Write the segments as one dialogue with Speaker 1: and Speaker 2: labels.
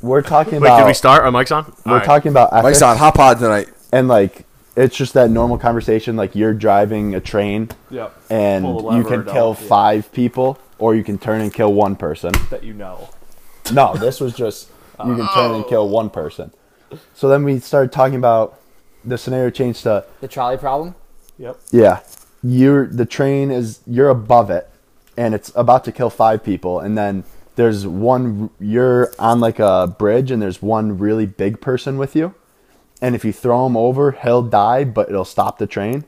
Speaker 1: We're talking
Speaker 2: Wait,
Speaker 1: about
Speaker 2: did we start? Our mics on?
Speaker 1: we're talking about ethics,
Speaker 3: Mike's on hot pod tonight.
Speaker 1: and like it's just that normal conversation. Like you're driving a train,
Speaker 4: Yep.
Speaker 1: and
Speaker 4: Pull the
Speaker 1: you
Speaker 4: lever
Speaker 1: can
Speaker 4: and all,
Speaker 1: kill
Speaker 4: yeah.
Speaker 1: five people, or you can turn and kill one person.
Speaker 4: that you know.
Speaker 1: No, this was just you can turn and kill one person. So then we started talking about the scenario changed to
Speaker 5: The trolley problem.
Speaker 4: Yep.
Speaker 1: yeah, you're the train is you're above it, and it's about to kill five people, and then there's one you're on like a bridge, and there's one really big person with you, and if you throw him over, he'll die, but it'll stop the train.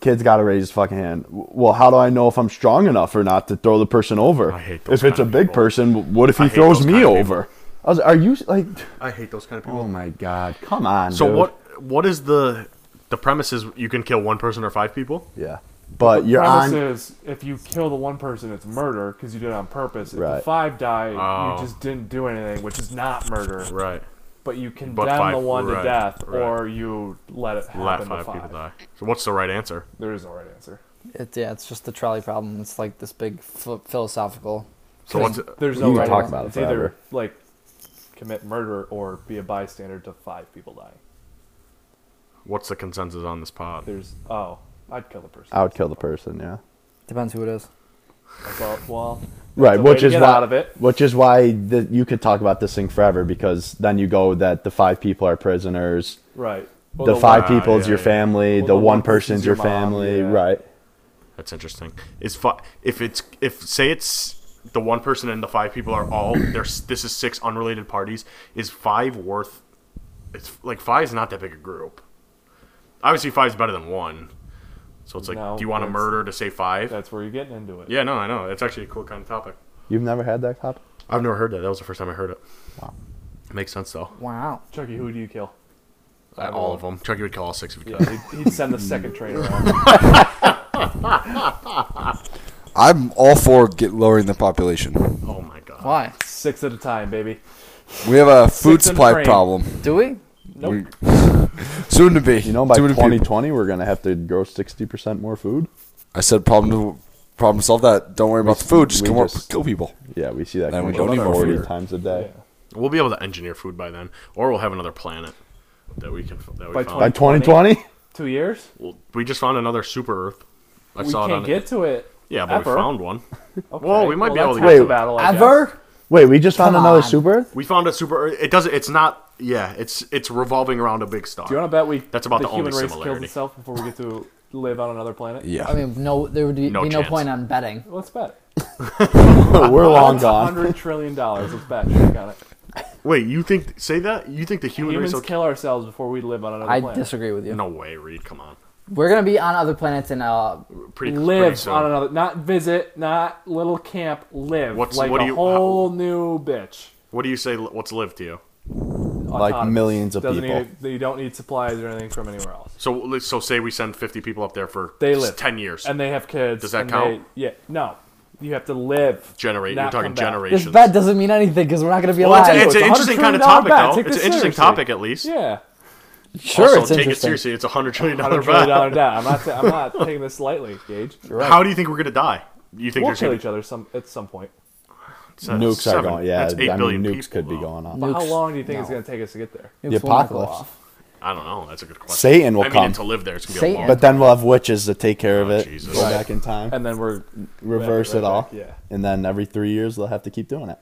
Speaker 1: Kid's got to raise his fucking hand. W- Well, how do I know if I'm strong enough or not to throw the person over?
Speaker 2: I hate those
Speaker 1: if it's a
Speaker 2: kind of
Speaker 1: big
Speaker 2: people.
Speaker 1: person, w- what if he
Speaker 2: hate
Speaker 1: throws
Speaker 2: those
Speaker 1: me
Speaker 2: kind of people.
Speaker 1: over? I was, are you s- like?
Speaker 2: I hate those kind of people.
Speaker 1: Oh my god! Come on.
Speaker 2: so
Speaker 1: dude.
Speaker 2: what? What is the the premise? Is you can kill one person or five people?
Speaker 1: Yeah, but you're
Speaker 4: Premise
Speaker 1: on.
Speaker 4: is if you kill the one person, it's murder because you did it on purpose. If the
Speaker 1: Right.
Speaker 4: five die,
Speaker 2: Oh.
Speaker 4: you just didn't do anything, which is not murder.
Speaker 2: Right.
Speaker 4: But you condemn
Speaker 2: five-
Speaker 4: the one
Speaker 2: right,
Speaker 4: to death,
Speaker 2: right.
Speaker 4: or you let it happen
Speaker 2: Let
Speaker 4: to
Speaker 2: five,
Speaker 4: five.
Speaker 2: people die. So what's the right answer?
Speaker 4: There is no right answer.
Speaker 5: It's yeah, it's just the trolley problem. It's like this big ph- philosophical.
Speaker 2: So what's
Speaker 4: There's
Speaker 1: We
Speaker 4: no
Speaker 1: can
Speaker 4: right
Speaker 1: talk
Speaker 4: answer.
Speaker 1: about it
Speaker 4: It's either
Speaker 1: forever.
Speaker 4: like commit murder or be a bystander to five people dying.
Speaker 2: what's the consensus on this pod?
Speaker 4: There's oh, I'd kill the person.
Speaker 1: I would kill the person. Yeah.
Speaker 5: Depends who it is.
Speaker 4: That's all- well,
Speaker 1: Right,
Speaker 4: the way
Speaker 1: which
Speaker 4: to
Speaker 1: is
Speaker 4: get
Speaker 1: why,
Speaker 4: out of it.
Speaker 1: which is why the, you could talk about this thing forever because then you go that the five people are prisoners,
Speaker 4: right.
Speaker 1: the,
Speaker 4: Well,
Speaker 1: five
Speaker 2: one-
Speaker 1: people is
Speaker 2: yeah,
Speaker 1: your
Speaker 2: yeah.
Speaker 1: family, the,
Speaker 4: Well, the
Speaker 1: one
Speaker 4: one
Speaker 1: person's
Speaker 4: person's
Speaker 1: your
Speaker 4: your mom,
Speaker 1: family,
Speaker 4: yeah.
Speaker 1: right?
Speaker 2: That's interesting. Is fi- if it's if say it's the one person and the five people are all there's this is six unrelated parties. Is five worth? It's like five is not that big a group. Obviously, five is better than one. So it's like,
Speaker 4: No,
Speaker 2: do you want to
Speaker 4: that's-
Speaker 2: murder to say five?
Speaker 4: That's where you're getting into it.
Speaker 2: Yeah, no, I know. It's actually a cool kind of topic.
Speaker 1: You've never had that topic?
Speaker 2: I've never heard that. That was the first time I heard it.
Speaker 1: Wow.
Speaker 2: Makes sense though.
Speaker 5: Wow.
Speaker 4: Chucky, who do you kill?
Speaker 2: all of them. Chucky would kill all six if he could.
Speaker 4: Yeah, he'd, he'd send the second train around.
Speaker 3: I'm all for get lowering the population.
Speaker 2: Oh my god.
Speaker 5: Why?
Speaker 4: Six at a time, baby.
Speaker 3: We have a food
Speaker 4: Six in
Speaker 3: supply
Speaker 4: frame.
Speaker 3: problem.
Speaker 5: Do we?
Speaker 4: Nope.
Speaker 3: Soon to be.
Speaker 1: You know, by
Speaker 3: Soon to be.
Speaker 1: 2020, we're going to have to grow 60% more food.
Speaker 3: I said problem to problem solve that. Don't worry about the food. Just
Speaker 1: we
Speaker 3: come up,
Speaker 1: just-
Speaker 3: kill people.
Speaker 1: Yeah, we see that
Speaker 3: Then we
Speaker 1: coming
Speaker 3: don't
Speaker 1: up
Speaker 3: need more
Speaker 1: 40
Speaker 3: food.
Speaker 1: times a day.
Speaker 2: We'll be able to engineer food by then, or we'll have another planet that we can. That we
Speaker 4: By
Speaker 2: found.
Speaker 1: By
Speaker 4: 2020?
Speaker 1: 2020?
Speaker 4: Two years?
Speaker 2: Well, we just found another super Earth. I
Speaker 4: we
Speaker 2: saw it
Speaker 4: can't
Speaker 2: on.
Speaker 4: get to it.
Speaker 2: yeah, but
Speaker 4: ever.
Speaker 2: we found one.
Speaker 4: Okay.
Speaker 2: Whoa, we might be
Speaker 4: that's
Speaker 2: able to
Speaker 4: half
Speaker 1: get
Speaker 4: the
Speaker 1: to it.
Speaker 4: battle, I guess.
Speaker 5: Ever?
Speaker 1: Wait, we just found
Speaker 5: Come
Speaker 1: another
Speaker 5: on.
Speaker 1: super Earth?
Speaker 2: We found a super Earth. It doesn't. It's not. Yeah, it's it's revolving around a big star.
Speaker 4: Do you want to bet we?
Speaker 2: That's about
Speaker 4: the,
Speaker 2: the only
Speaker 4: human race kills
Speaker 2: similarity.
Speaker 4: itself before we get to live on another planet.
Speaker 3: Yeah.
Speaker 5: I mean, no. There would be
Speaker 2: No
Speaker 5: no, be no
Speaker 2: chance.
Speaker 5: point on betting.
Speaker 4: Let's bet.
Speaker 1: we're long gone.
Speaker 4: Hundred trillion dollars. Let's bet. Check on it.
Speaker 2: Wait, you think say that? You think the human
Speaker 4: Humans
Speaker 2: race? will
Speaker 4: kill ourselves before we live on another
Speaker 5: I
Speaker 4: planet.
Speaker 5: disagree with you.
Speaker 2: No way, Reed. Come on.
Speaker 5: We're gonna be on other planets and uh,
Speaker 2: Pretty pretty
Speaker 4: Live
Speaker 2: soon.
Speaker 4: on another, not visit, not little camp. Live
Speaker 2: What's-
Speaker 4: like
Speaker 2: what
Speaker 4: a
Speaker 2: do you-
Speaker 4: whole new bitch.
Speaker 2: What do you say? li- What's live to you?
Speaker 1: Like
Speaker 4: Autonomous.
Speaker 1: millions of
Speaker 4: Doesn't
Speaker 1: people.
Speaker 4: Need, you don't need supplies or anything from anywhere else.
Speaker 2: So let's- so say we send fifty people up there for
Speaker 4: They live.
Speaker 2: ten years.
Speaker 4: and they have kids.
Speaker 2: Does that
Speaker 4: and
Speaker 2: count?
Speaker 4: they- yeah, no. You have to live.
Speaker 2: Generate.
Speaker 4: not
Speaker 2: You're talking
Speaker 4: come back.
Speaker 2: generations.
Speaker 5: this bet doesn't mean anything because we're not gonna be
Speaker 2: Well, it's,
Speaker 5: alive.
Speaker 2: it's an
Speaker 4: it's a
Speaker 2: interesting kind
Speaker 4: $100
Speaker 2: of topic,
Speaker 4: bet.
Speaker 2: though. It's
Speaker 4: Take
Speaker 2: an
Speaker 4: this
Speaker 2: interesting
Speaker 4: seriously.
Speaker 2: topic, at least.
Speaker 4: Yeah,
Speaker 5: sure,
Speaker 2: also,
Speaker 5: it's
Speaker 2: take it
Speaker 5: interesting.
Speaker 2: seriously. It's a hundred trillion dollar
Speaker 4: hundred trillion dollar
Speaker 2: bet.
Speaker 4: debt. I'm not. I'm not taking this lightly, Gage.
Speaker 2: How do you think we're gonna die? You think
Speaker 4: We'll
Speaker 2: there's
Speaker 4: kill
Speaker 2: gonna
Speaker 4: each other some at some point.
Speaker 2: be
Speaker 1: Nukes
Speaker 2: seven,
Speaker 1: are going. Yeah,
Speaker 2: that's eight
Speaker 1: I mean,
Speaker 2: billion
Speaker 1: nukes
Speaker 2: people,
Speaker 1: could be
Speaker 2: though.
Speaker 1: going off.
Speaker 4: But how
Speaker 5: Nukes-
Speaker 4: long do you think it's
Speaker 5: no.
Speaker 4: going to take us to get there?
Speaker 5: Nukes
Speaker 1: The
Speaker 5: will not go
Speaker 1: apocalypse.
Speaker 5: off.
Speaker 2: I don't know. That's a good question.
Speaker 1: Satan will
Speaker 2: I mean,
Speaker 1: come.
Speaker 2: to live there, it's gonna be
Speaker 5: Satan.
Speaker 2: a long.
Speaker 1: But then we'll have witches to take care of
Speaker 2: Oh,
Speaker 1: it.
Speaker 2: Jesus.
Speaker 1: Go
Speaker 2: Right.
Speaker 1: back in time.
Speaker 4: And then we're
Speaker 1: reverse
Speaker 4: Right,
Speaker 1: it
Speaker 4: right
Speaker 1: all.
Speaker 4: back, yeah.
Speaker 1: And then every three years they'll have to keep doing it.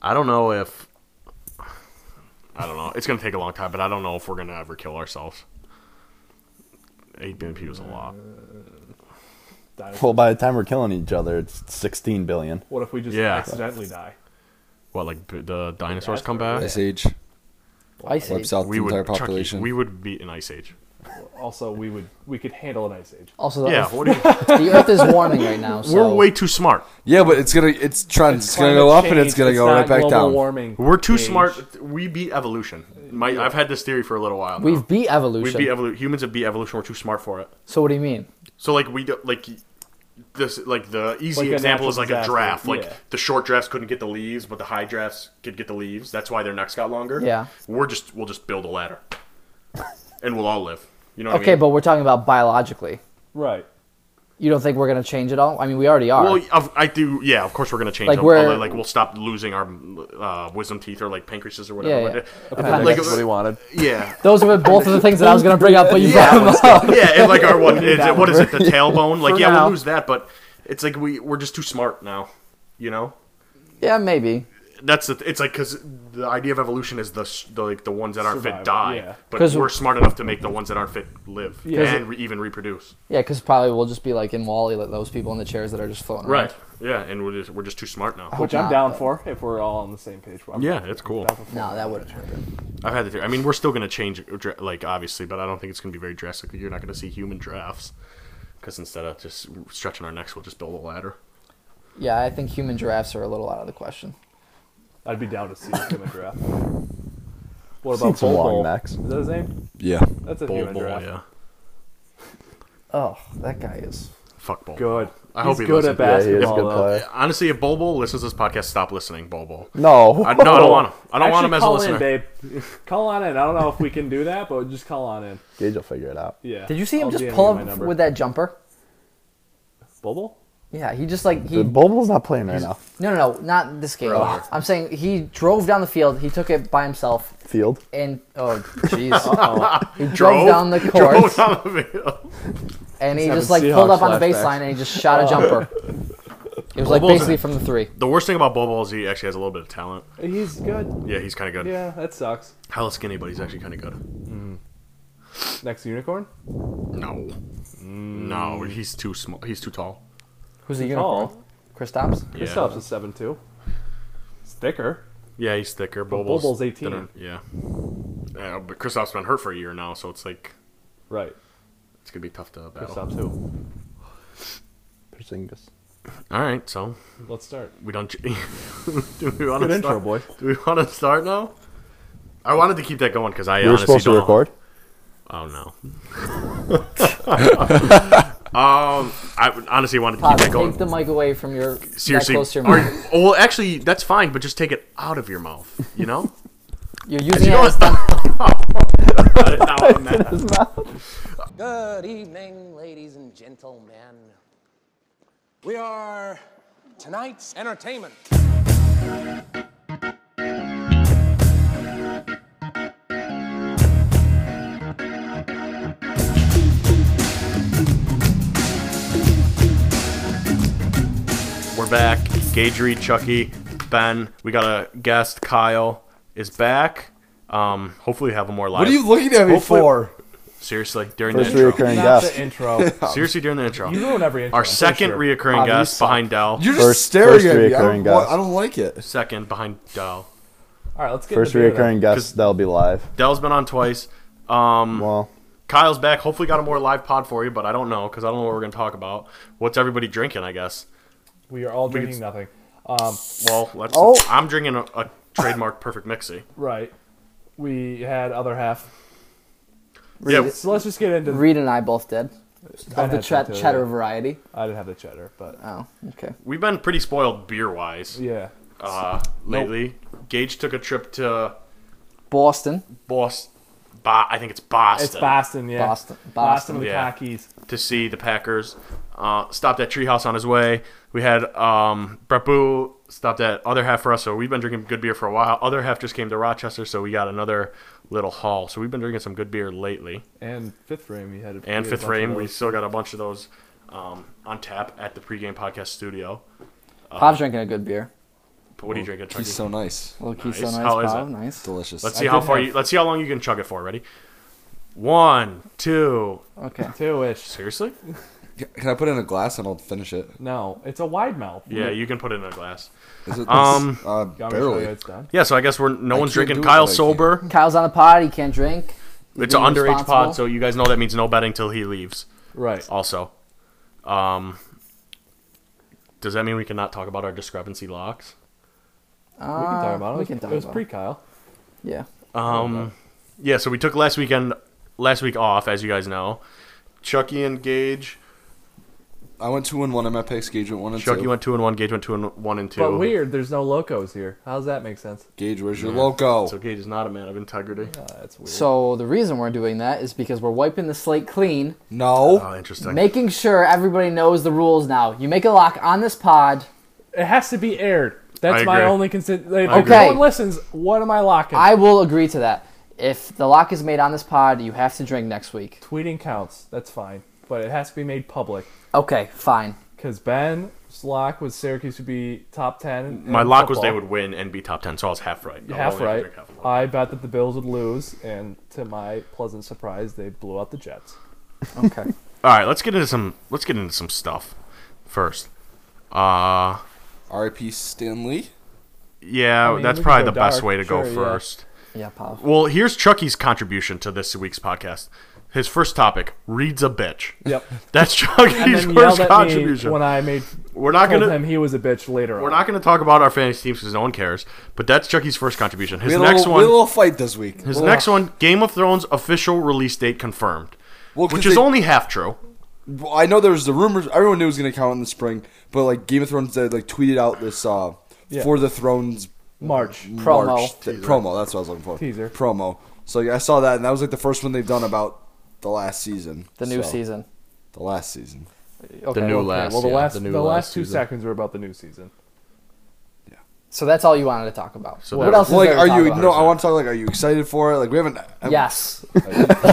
Speaker 2: I don't know if. I don't know. It's gonna take a long time, but I don't know if we're gonna ever kill ourselves. Eight billion people is a lot.
Speaker 1: Well, by the time we're killing each other, it's 16 billion.
Speaker 4: what if we just
Speaker 2: Yeah.
Speaker 4: accidentally die?
Speaker 2: What, like b- the dinosaurs come
Speaker 4: Dinosaurs,
Speaker 2: back?
Speaker 3: Ice age
Speaker 5: Ice Age.
Speaker 3: wipes out
Speaker 2: We
Speaker 3: the entire
Speaker 2: would, Chucky,
Speaker 3: population.
Speaker 2: we would be an ice age.
Speaker 4: Also, we would we could handle an ice age.
Speaker 5: Also, the,
Speaker 2: Yeah,
Speaker 5: Earth,
Speaker 2: what do you,
Speaker 5: the Earth is warming right now. So
Speaker 2: we're way too smart.
Speaker 3: yeah, but it's gonna it's trying it's, gonna go up and it's gonna go right back down.
Speaker 4: Warming.
Speaker 2: We're too
Speaker 4: Gage.
Speaker 2: smart. We beat evolution. My, I've had this theory for a little while. now.
Speaker 5: We've beat
Speaker 2: we
Speaker 5: evolution.
Speaker 2: beat evolution. Humans have beat evolution. We're too smart for it.
Speaker 5: so what do you mean?
Speaker 2: So like we do, like this like the easy
Speaker 4: Like a
Speaker 2: example
Speaker 4: natural
Speaker 2: is like
Speaker 4: disaster,
Speaker 2: a draft. Like
Speaker 4: yeah.
Speaker 2: the short drafts couldn't get the leaves, but the high drafts could get the leaves. That's why their necks got longer.
Speaker 5: Yeah.
Speaker 2: we're just we'll just build a ladder, and we'll all live. You know. What
Speaker 5: Okay,
Speaker 2: I mean?
Speaker 5: but we're talking about biologically.
Speaker 4: Right.
Speaker 5: You don't think we're gonna change it all? I mean, we already are.
Speaker 2: Well, of- I do. Yeah, of course we're gonna change.
Speaker 5: Like,
Speaker 2: them.
Speaker 5: we're-
Speaker 2: Although, like we'll stop losing our uh, wisdom teeth or like pancreases or whatever.
Speaker 5: Yeah,
Speaker 2: like
Speaker 5: yeah.
Speaker 2: that.
Speaker 5: Appendix.
Speaker 2: Like, uh,
Speaker 4: That's what he wanted.
Speaker 2: yeah.
Speaker 5: Those were both of the things that I was gonna bring up, but you
Speaker 2: Yeah,
Speaker 5: brought them up.
Speaker 2: yeah, and like our what is it? What is it? The tailbone? Like,
Speaker 5: For
Speaker 2: yeah,
Speaker 5: now.
Speaker 2: we'll lose that, but it's like we we're just too smart now. You know,
Speaker 5: Yeah, maybe.
Speaker 2: that's the. It's like because the idea of evolution is the, s- the like the ones that aren't fit
Speaker 4: Survival,
Speaker 2: die,
Speaker 4: yeah.
Speaker 2: but
Speaker 5: 'Cause-
Speaker 2: we're smart enough to make the ones that aren't fit live and re- even reproduce.
Speaker 5: Yeah, because probably we'll just be like in Wally, like those people in the chairs that are just floating. around.
Speaker 2: Yeah, and we're just we're just too smart
Speaker 3: Oh,
Speaker 2: now.
Speaker 4: Which I'm down for if we're all on the same page. I'm
Speaker 2: Yeah, it's cool.
Speaker 4: down for-
Speaker 5: No, that wouldn't happen.
Speaker 2: I've had the theory. I mean, we're still gonna change, it, dra- like obviously, but I don't think it's gonna be very drastic. You're not gonna see human drafts because instead of just stretching our necks, we'll just build a ladder.
Speaker 5: Yeah, I think human giraffes are a little out of the question.
Speaker 4: I'd be down to see a human giraffe. What
Speaker 1: Seen
Speaker 4: about
Speaker 1: some
Speaker 4: Bol
Speaker 1: long
Speaker 4: Bol?
Speaker 1: necks.
Speaker 4: Is that his name?
Speaker 3: Yeah.
Speaker 4: That's a
Speaker 2: Bull,
Speaker 4: human
Speaker 2: bull,
Speaker 4: giraffe.
Speaker 2: yeah.
Speaker 5: Oh, that guy is.
Speaker 2: Fuck Bol. Bol.
Speaker 4: Good.
Speaker 2: I
Speaker 4: He's
Speaker 2: hope he
Speaker 4: good
Speaker 2: listens.
Speaker 4: at
Speaker 1: Yeah, he
Speaker 4: basketball.
Speaker 1: is a good
Speaker 4: though.
Speaker 1: player.
Speaker 2: Honestly, if Bol Bol listens to this podcast, stop listening, Bol Bol.
Speaker 1: No,
Speaker 2: I, Uh, no, I don't want him. I don't want him
Speaker 4: Actually,
Speaker 2: as a
Speaker 4: call
Speaker 2: listener.
Speaker 4: In, babe. call on in. I don't know if we can do that, but just call on in.
Speaker 1: Gage will figure it out.
Speaker 4: Yeah.
Speaker 5: Did you see him
Speaker 4: I'll
Speaker 5: just
Speaker 4: DM
Speaker 5: pull
Speaker 4: you my
Speaker 5: up
Speaker 4: number.
Speaker 5: with that jumper?
Speaker 4: Bol Bol?
Speaker 5: Yeah, he just like he.
Speaker 1: Dude, Bulbul's not playing right now.
Speaker 5: no, no, no, not this game.
Speaker 2: Bro.
Speaker 5: I'm saying he drove down the field. He took it by himself,
Speaker 1: Field.
Speaker 5: and oh, jeez, he drove,
Speaker 2: Drove-
Speaker 5: down the
Speaker 2: Drove
Speaker 5: court,
Speaker 2: down the field.
Speaker 5: and he
Speaker 4: having
Speaker 5: just like pulled up
Speaker 4: Seahawks
Speaker 5: on the
Speaker 4: flashbacks.
Speaker 5: baseline, and he just shot a jumper. It was like
Speaker 2: Bulbul's
Speaker 5: basically
Speaker 2: in-
Speaker 5: from the three.
Speaker 2: The worst thing about Bol Bol is he actually has a little bit of talent.
Speaker 4: He's good.
Speaker 2: Yeah, he's kind of good.
Speaker 4: Yeah, that sucks.
Speaker 2: Hella skinny, but he's actually kind of good.
Speaker 4: Next unicorn?
Speaker 2: No, no,
Speaker 4: Mm.
Speaker 2: he's too small. He's too tall.
Speaker 5: Who's the unicorn?
Speaker 4: Tall.
Speaker 5: Chris Dobbs?
Speaker 2: Yeah.
Speaker 4: Kristaps is 7 2. It's thicker.
Speaker 2: Yeah, he's thicker. Bol
Speaker 4: Bol
Speaker 2: Bol's
Speaker 4: Bol's 18.
Speaker 2: thinner. Yeah. yeah. But Kristoff's been hurt for a year now, so it's like
Speaker 4: Right.
Speaker 2: it's gonna be tough to battle.
Speaker 4: Kristaps who?
Speaker 1: Porzingis.
Speaker 2: All right, so
Speaker 4: Let's start.
Speaker 2: we don't. do we want
Speaker 4: Good
Speaker 2: to
Speaker 4: intro,
Speaker 2: start?
Speaker 4: boy.
Speaker 2: Do we want to start now? I wanted to keep that going because I
Speaker 1: We were
Speaker 2: honestly
Speaker 1: supposed to
Speaker 2: don't-
Speaker 1: record.
Speaker 2: Oh no. um, I honestly wanted to keep
Speaker 5: Pops,
Speaker 2: that
Speaker 5: take
Speaker 2: going.
Speaker 5: the mic away from your
Speaker 2: Seriously,
Speaker 5: that close to your
Speaker 2: are-
Speaker 5: mouth.
Speaker 2: oh, well, actually, that's fine, but just take it out of your mouth. You know.
Speaker 5: You're using
Speaker 2: You
Speaker 5: it
Speaker 2: know
Speaker 5: as
Speaker 2: what? I did not want that.
Speaker 6: Good evening, ladies and gentlemen. We are tonight's entertainment.
Speaker 2: We're back. Gage Reed, Chucky, Ben. We got a guest. Kyle is back. Um, hopefully, we have a more live.
Speaker 3: What are you looking at me
Speaker 2: Hopefully-
Speaker 3: for?
Speaker 2: seriously during
Speaker 1: First
Speaker 2: the intro?
Speaker 1: reoccurring
Speaker 4: Not
Speaker 1: guest.
Speaker 4: the intro.
Speaker 2: Seriously during the intro.
Speaker 4: You ruin every intro.
Speaker 2: Our
Speaker 4: I'm pretty
Speaker 2: second
Speaker 4: sure.
Speaker 2: reoccurring
Speaker 5: Wow, you
Speaker 2: guest
Speaker 5: suck.
Speaker 2: behind Dell.
Speaker 3: You're just
Speaker 1: First-
Speaker 3: staring
Speaker 1: first
Speaker 3: at me. I don't,
Speaker 1: reoccurring
Speaker 3: want-
Speaker 1: guest.
Speaker 3: I don't like it.
Speaker 2: second behind Dell.
Speaker 4: All right, let's get
Speaker 1: First
Speaker 4: into the beer then.
Speaker 1: reoccurring guest that'll be live.
Speaker 2: Dell's been on twice. Um,
Speaker 1: Well,
Speaker 2: Kyle's back. Hopefully, got a more live pod for you, but I don't know because I don't know what we're gonna talk about. What's everybody drinking? I guess.
Speaker 4: We are all drinking
Speaker 2: s-
Speaker 4: nothing. Um,
Speaker 2: Well, let's.
Speaker 1: Oh.
Speaker 2: I'm drinking a, a trademark perfect mixie.
Speaker 4: right. We had other half.
Speaker 2: Yeah,
Speaker 4: So let's just get into
Speaker 5: Reed and I both did. Of the
Speaker 4: had
Speaker 5: chat
Speaker 4: some too,
Speaker 5: cheddar
Speaker 4: yeah.
Speaker 5: variety.
Speaker 4: I didn't have the cheddar, but
Speaker 5: Oh, okay.
Speaker 2: we've been pretty spoiled beer wise
Speaker 4: yeah.
Speaker 2: uh, lately. Gage took a trip to
Speaker 5: Boston.
Speaker 2: Boston. Bo- I think it's Boston.
Speaker 4: It's Boston, yeah.
Speaker 5: Boston. Boston.
Speaker 4: Boston with
Speaker 2: Yeah.
Speaker 4: the khakis.
Speaker 2: to see the Packers. Uh, stopped at Treehouse on his way. We had um, Brett Boo stopped at Other Half for us, so we've been drinking good beer for a while. Other Half just came to Rochester, so we got another little haul. So we've been drinking some good beer lately.
Speaker 4: And fifth frame, we had a
Speaker 2: And
Speaker 4: we had a
Speaker 2: Fifth
Speaker 4: bunch of
Speaker 2: Frame, we
Speaker 4: those.
Speaker 2: still got a bunch of those um, on tap at the pregame podcast studio. Uh,
Speaker 5: Pop's drinking a good beer.
Speaker 2: But what do you drink at Chucky?
Speaker 3: He's so nice.
Speaker 5: Little Keystone
Speaker 2: Nice.
Speaker 5: Ice
Speaker 2: How is
Speaker 5: Pop.
Speaker 2: it?
Speaker 5: Nice.
Speaker 3: Delicious.
Speaker 2: let's
Speaker 4: I
Speaker 2: see how
Speaker 4: did
Speaker 2: far
Speaker 4: have-
Speaker 2: you. Let's see how long you can chug it for. Ready? One, two.
Speaker 5: Okay.
Speaker 4: two-ish.
Speaker 2: Seriously?
Speaker 3: Can I put it in a glass and I'll finish it?
Speaker 4: No, it's a wide mouth.
Speaker 2: Yeah, you can put it in a glass.
Speaker 3: Is it
Speaker 2: Um,
Speaker 3: uh,
Speaker 4: You want me to show
Speaker 3: barely.
Speaker 4: you it's done.
Speaker 2: Yeah, so I guess we're no one's
Speaker 3: can't
Speaker 2: drinking.
Speaker 3: do it,
Speaker 2: Kyle's
Speaker 3: but I can't.
Speaker 2: sober.
Speaker 5: Kyle's on a pod. He can't drink. He's
Speaker 2: It's an
Speaker 5: being
Speaker 2: underage pod,
Speaker 5: responsible.
Speaker 2: so you guys know that means no betting till he leaves.
Speaker 4: Right.
Speaker 5: Uh,
Speaker 2: Also, um, does that mean we cannot talk about our discrepancy locks?
Speaker 4: we can talk about it.
Speaker 5: we can talk
Speaker 4: it was
Speaker 5: about it.
Speaker 4: pre Kyle.
Speaker 5: Yeah.
Speaker 2: Um, yeah. So we took last weekend, last week off, as you guys know. Chucky and Gage
Speaker 3: I went two and one on my picks. Gage went one and
Speaker 2: Chuck,
Speaker 3: two.
Speaker 2: you went two and one. Gage went two and one and two.
Speaker 4: But weird, there's no locos here. How does that make sense?
Speaker 3: Gage, where's your loco?
Speaker 2: So Gage is not a man of integrity.
Speaker 4: Uh, that's weird.
Speaker 5: So the reason we're doing that is because we're wiping the slate clean,
Speaker 3: No.
Speaker 2: Oh, interesting.
Speaker 5: making sure everybody knows the rules now. You make a lock on this pod.
Speaker 4: It has to be aired. That's
Speaker 2: I
Speaker 4: my
Speaker 2: agree.
Speaker 4: only consider. If
Speaker 5: agree.
Speaker 4: no
Speaker 5: Okay.
Speaker 4: one listens, what am I locking?
Speaker 5: I will agree to that. If the lock is made on this pod, you have to drink next week.
Speaker 4: Tweeting counts. That's fine, but it has to be made public
Speaker 5: Okay, fine.
Speaker 4: because Ben's lock was Syracuse would be top ten. in
Speaker 2: My lock was
Speaker 4: football.
Speaker 2: they would win and be top ten, so I was half right. I was
Speaker 4: half
Speaker 2: only
Speaker 4: right.
Speaker 2: half right.
Speaker 4: I bet that the Bills would lose, and to my pleasant surprise, they blew out the Jets.
Speaker 5: Okay.
Speaker 2: All right, let's get into some. Let's get into some stuff first. Uh,
Speaker 3: R.I.P. Stanley.
Speaker 2: yeah,
Speaker 4: I mean,
Speaker 2: that's
Speaker 4: we could
Speaker 2: probably
Speaker 4: go
Speaker 2: the best
Speaker 4: dark,
Speaker 2: way to go
Speaker 4: sure, yeah.
Speaker 2: first.
Speaker 5: yeah, pop.
Speaker 2: Well, here's Chucky's contribution to this week's podcast. His first topic: reads a bitch.
Speaker 4: Yep.
Speaker 2: That's
Speaker 4: And
Speaker 2: Chucky's
Speaker 4: then yelled
Speaker 2: first
Speaker 4: at me
Speaker 2: contribution.
Speaker 4: when I made
Speaker 2: we're not
Speaker 4: told
Speaker 2: gonna
Speaker 4: him he was a bitch later
Speaker 2: we're
Speaker 4: on.
Speaker 2: not gonna talk about our fantasy teams because no one cares. But that's Chucky's first contribution. His
Speaker 3: We had,
Speaker 2: next
Speaker 3: a little, we
Speaker 2: one.
Speaker 3: had a little fight this week.
Speaker 2: his next one: Game of Thrones official release date confirmed,
Speaker 3: Well, 'cause
Speaker 2: which is
Speaker 3: they-
Speaker 2: only half true.
Speaker 3: Well, I know there was the rumors. Everyone knew it was going to count in the spring, but like Game of Thrones, they like tweeted out this uh
Speaker 4: Yeah.
Speaker 3: for the Thrones
Speaker 4: March.
Speaker 5: Promo.
Speaker 3: March th- promo. That's what I was looking for.
Speaker 4: Teaser.
Speaker 3: promo. So yeah, I saw that, and that was like the first one they've done about the last season.
Speaker 5: The new
Speaker 3: So,
Speaker 5: season.
Speaker 3: The last season.
Speaker 5: Okay,
Speaker 2: new
Speaker 5: well,
Speaker 2: last.
Speaker 4: well, the
Speaker 2: yeah,
Speaker 4: last
Speaker 2: the
Speaker 4: the,
Speaker 2: new
Speaker 4: last,
Speaker 2: last
Speaker 4: two
Speaker 2: season.
Speaker 4: seconds were about the new season.
Speaker 5: So that's all you wanted to talk about.
Speaker 2: So
Speaker 5: what
Speaker 2: that-
Speaker 5: else?
Speaker 3: Well,
Speaker 5: is
Speaker 3: like,
Speaker 5: there to
Speaker 3: are
Speaker 5: talk
Speaker 3: you?
Speaker 5: about?
Speaker 3: No, I want to talk. Like, are you excited for it? Like, we haven't. I-
Speaker 5: Yes.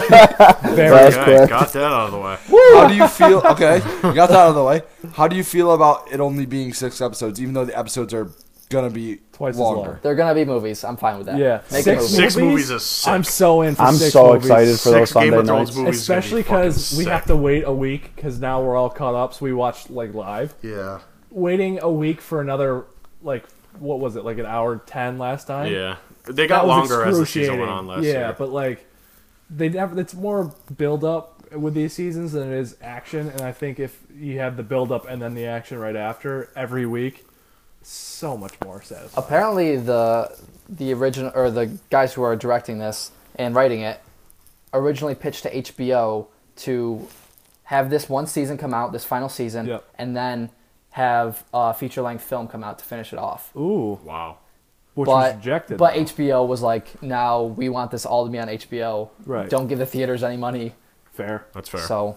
Speaker 4: Very
Speaker 1: That's
Speaker 2: Okay,
Speaker 1: correct.
Speaker 2: got that out of the way.
Speaker 3: How do you feel? Okay, you got that out of the way. How do you feel about it only being six episodes, even though the episodes are gonna be
Speaker 4: Twice as long.
Speaker 3: longer?
Speaker 5: They're gonna be movies. I'm fine with that.
Speaker 4: yeah.
Speaker 5: Make a movie.
Speaker 2: Six movies is sick.
Speaker 4: I'm so in. For
Speaker 1: I'm
Speaker 4: six
Speaker 1: so
Speaker 4: movies.
Speaker 1: excited for those
Speaker 2: Six Game
Speaker 1: Sunday
Speaker 2: of Thrones
Speaker 1: nights.
Speaker 2: movies. is gonna be
Speaker 4: Especially
Speaker 2: fucking
Speaker 4: because we
Speaker 2: sick.
Speaker 4: have to wait a week because now we're all caught up, so we watched like live.
Speaker 2: Yeah.
Speaker 4: Waiting a week for another like what was it like an hour ten last time?
Speaker 2: Yeah. They
Speaker 4: that
Speaker 2: got
Speaker 4: was
Speaker 2: longer as the season
Speaker 4: excruciating.
Speaker 2: went on last
Speaker 4: yeah,
Speaker 2: year.
Speaker 4: but like they never. It's more build up with these seasons than it is action. And I think if you have the build up and then the action right after every week, so much more satisfying.
Speaker 5: Apparently, the the original or the guys who are directing this and writing it originally pitched to HBO to have this one season come out, this final season,
Speaker 4: Yep.
Speaker 5: and then have a feature length film come out to finish it off.
Speaker 4: Ooh,
Speaker 2: wow.
Speaker 4: which was
Speaker 5: but
Speaker 4: rejected.
Speaker 5: but
Speaker 4: though.
Speaker 5: HBO was like, now we want this all to be on HBO.
Speaker 4: Right.
Speaker 5: Don't give the theaters any money.
Speaker 4: fair.
Speaker 2: That's fair.
Speaker 5: So,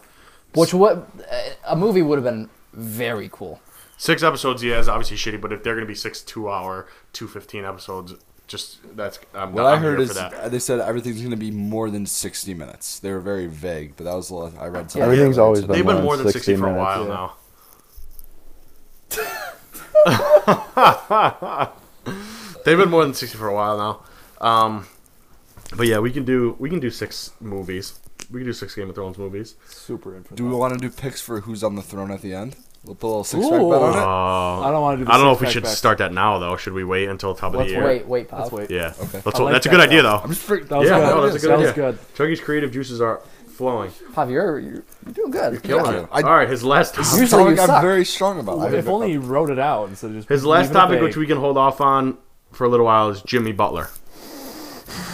Speaker 5: which what uh, a movie would have been very cool.
Speaker 2: six episodes, yeah, is obviously shitty, but if they're going to be six two hour, two 15 episodes, just that's. I'm,
Speaker 3: What
Speaker 2: I'm
Speaker 3: I heard
Speaker 2: here
Speaker 3: is
Speaker 2: for that.
Speaker 3: they said everything's going to be more than 60 minutes. They were very vague, but that was the last I read. something.
Speaker 1: Everything's always been
Speaker 2: They've
Speaker 1: more
Speaker 2: been
Speaker 1: than
Speaker 2: more than 60
Speaker 1: 60
Speaker 2: for a
Speaker 1: minutes,
Speaker 2: while
Speaker 1: yeah.
Speaker 2: now. They've been more than 60 for a while now. Um, but yeah, we can do we can do six movies. We can do six Game of Thrones movies.
Speaker 4: Super in for
Speaker 3: Do we
Speaker 4: that.
Speaker 3: want to do picks for who's on the throne at the end? We'll put a little six pack bet on
Speaker 4: I don't want to do. The
Speaker 2: I don't know if we
Speaker 4: six-pack
Speaker 2: should
Speaker 4: back.
Speaker 2: start that now though. Should we wait until top of
Speaker 4: Let's
Speaker 2: the year?
Speaker 5: Wait, wait, Pop.
Speaker 4: Let's wait.
Speaker 2: Yeah. Okay. That's,
Speaker 4: I like
Speaker 2: that's a
Speaker 4: that,
Speaker 2: good idea
Speaker 4: though.
Speaker 2: though.
Speaker 3: it. I'm just freak-
Speaker 4: That was
Speaker 2: yeah,
Speaker 4: good.
Speaker 2: no, that's a good
Speaker 4: That was
Speaker 2: idea.
Speaker 4: good.
Speaker 2: Chuggy's creative juices are flowing.
Speaker 5: Pop, you're, you're you're doing good.
Speaker 2: Killing
Speaker 3: Yeah.
Speaker 2: it.
Speaker 3: I-
Speaker 2: All right, his last topic.
Speaker 5: Usually
Speaker 3: Topic
Speaker 5: you
Speaker 3: I'm
Speaker 5: suck.
Speaker 3: very strong about. I-
Speaker 4: If only you wrote it out instead of just
Speaker 2: His
Speaker 4: leaving
Speaker 2: last
Speaker 4: it
Speaker 2: topic,
Speaker 4: vague.
Speaker 2: which we can hold off on for a little while, is Jimmy Butler.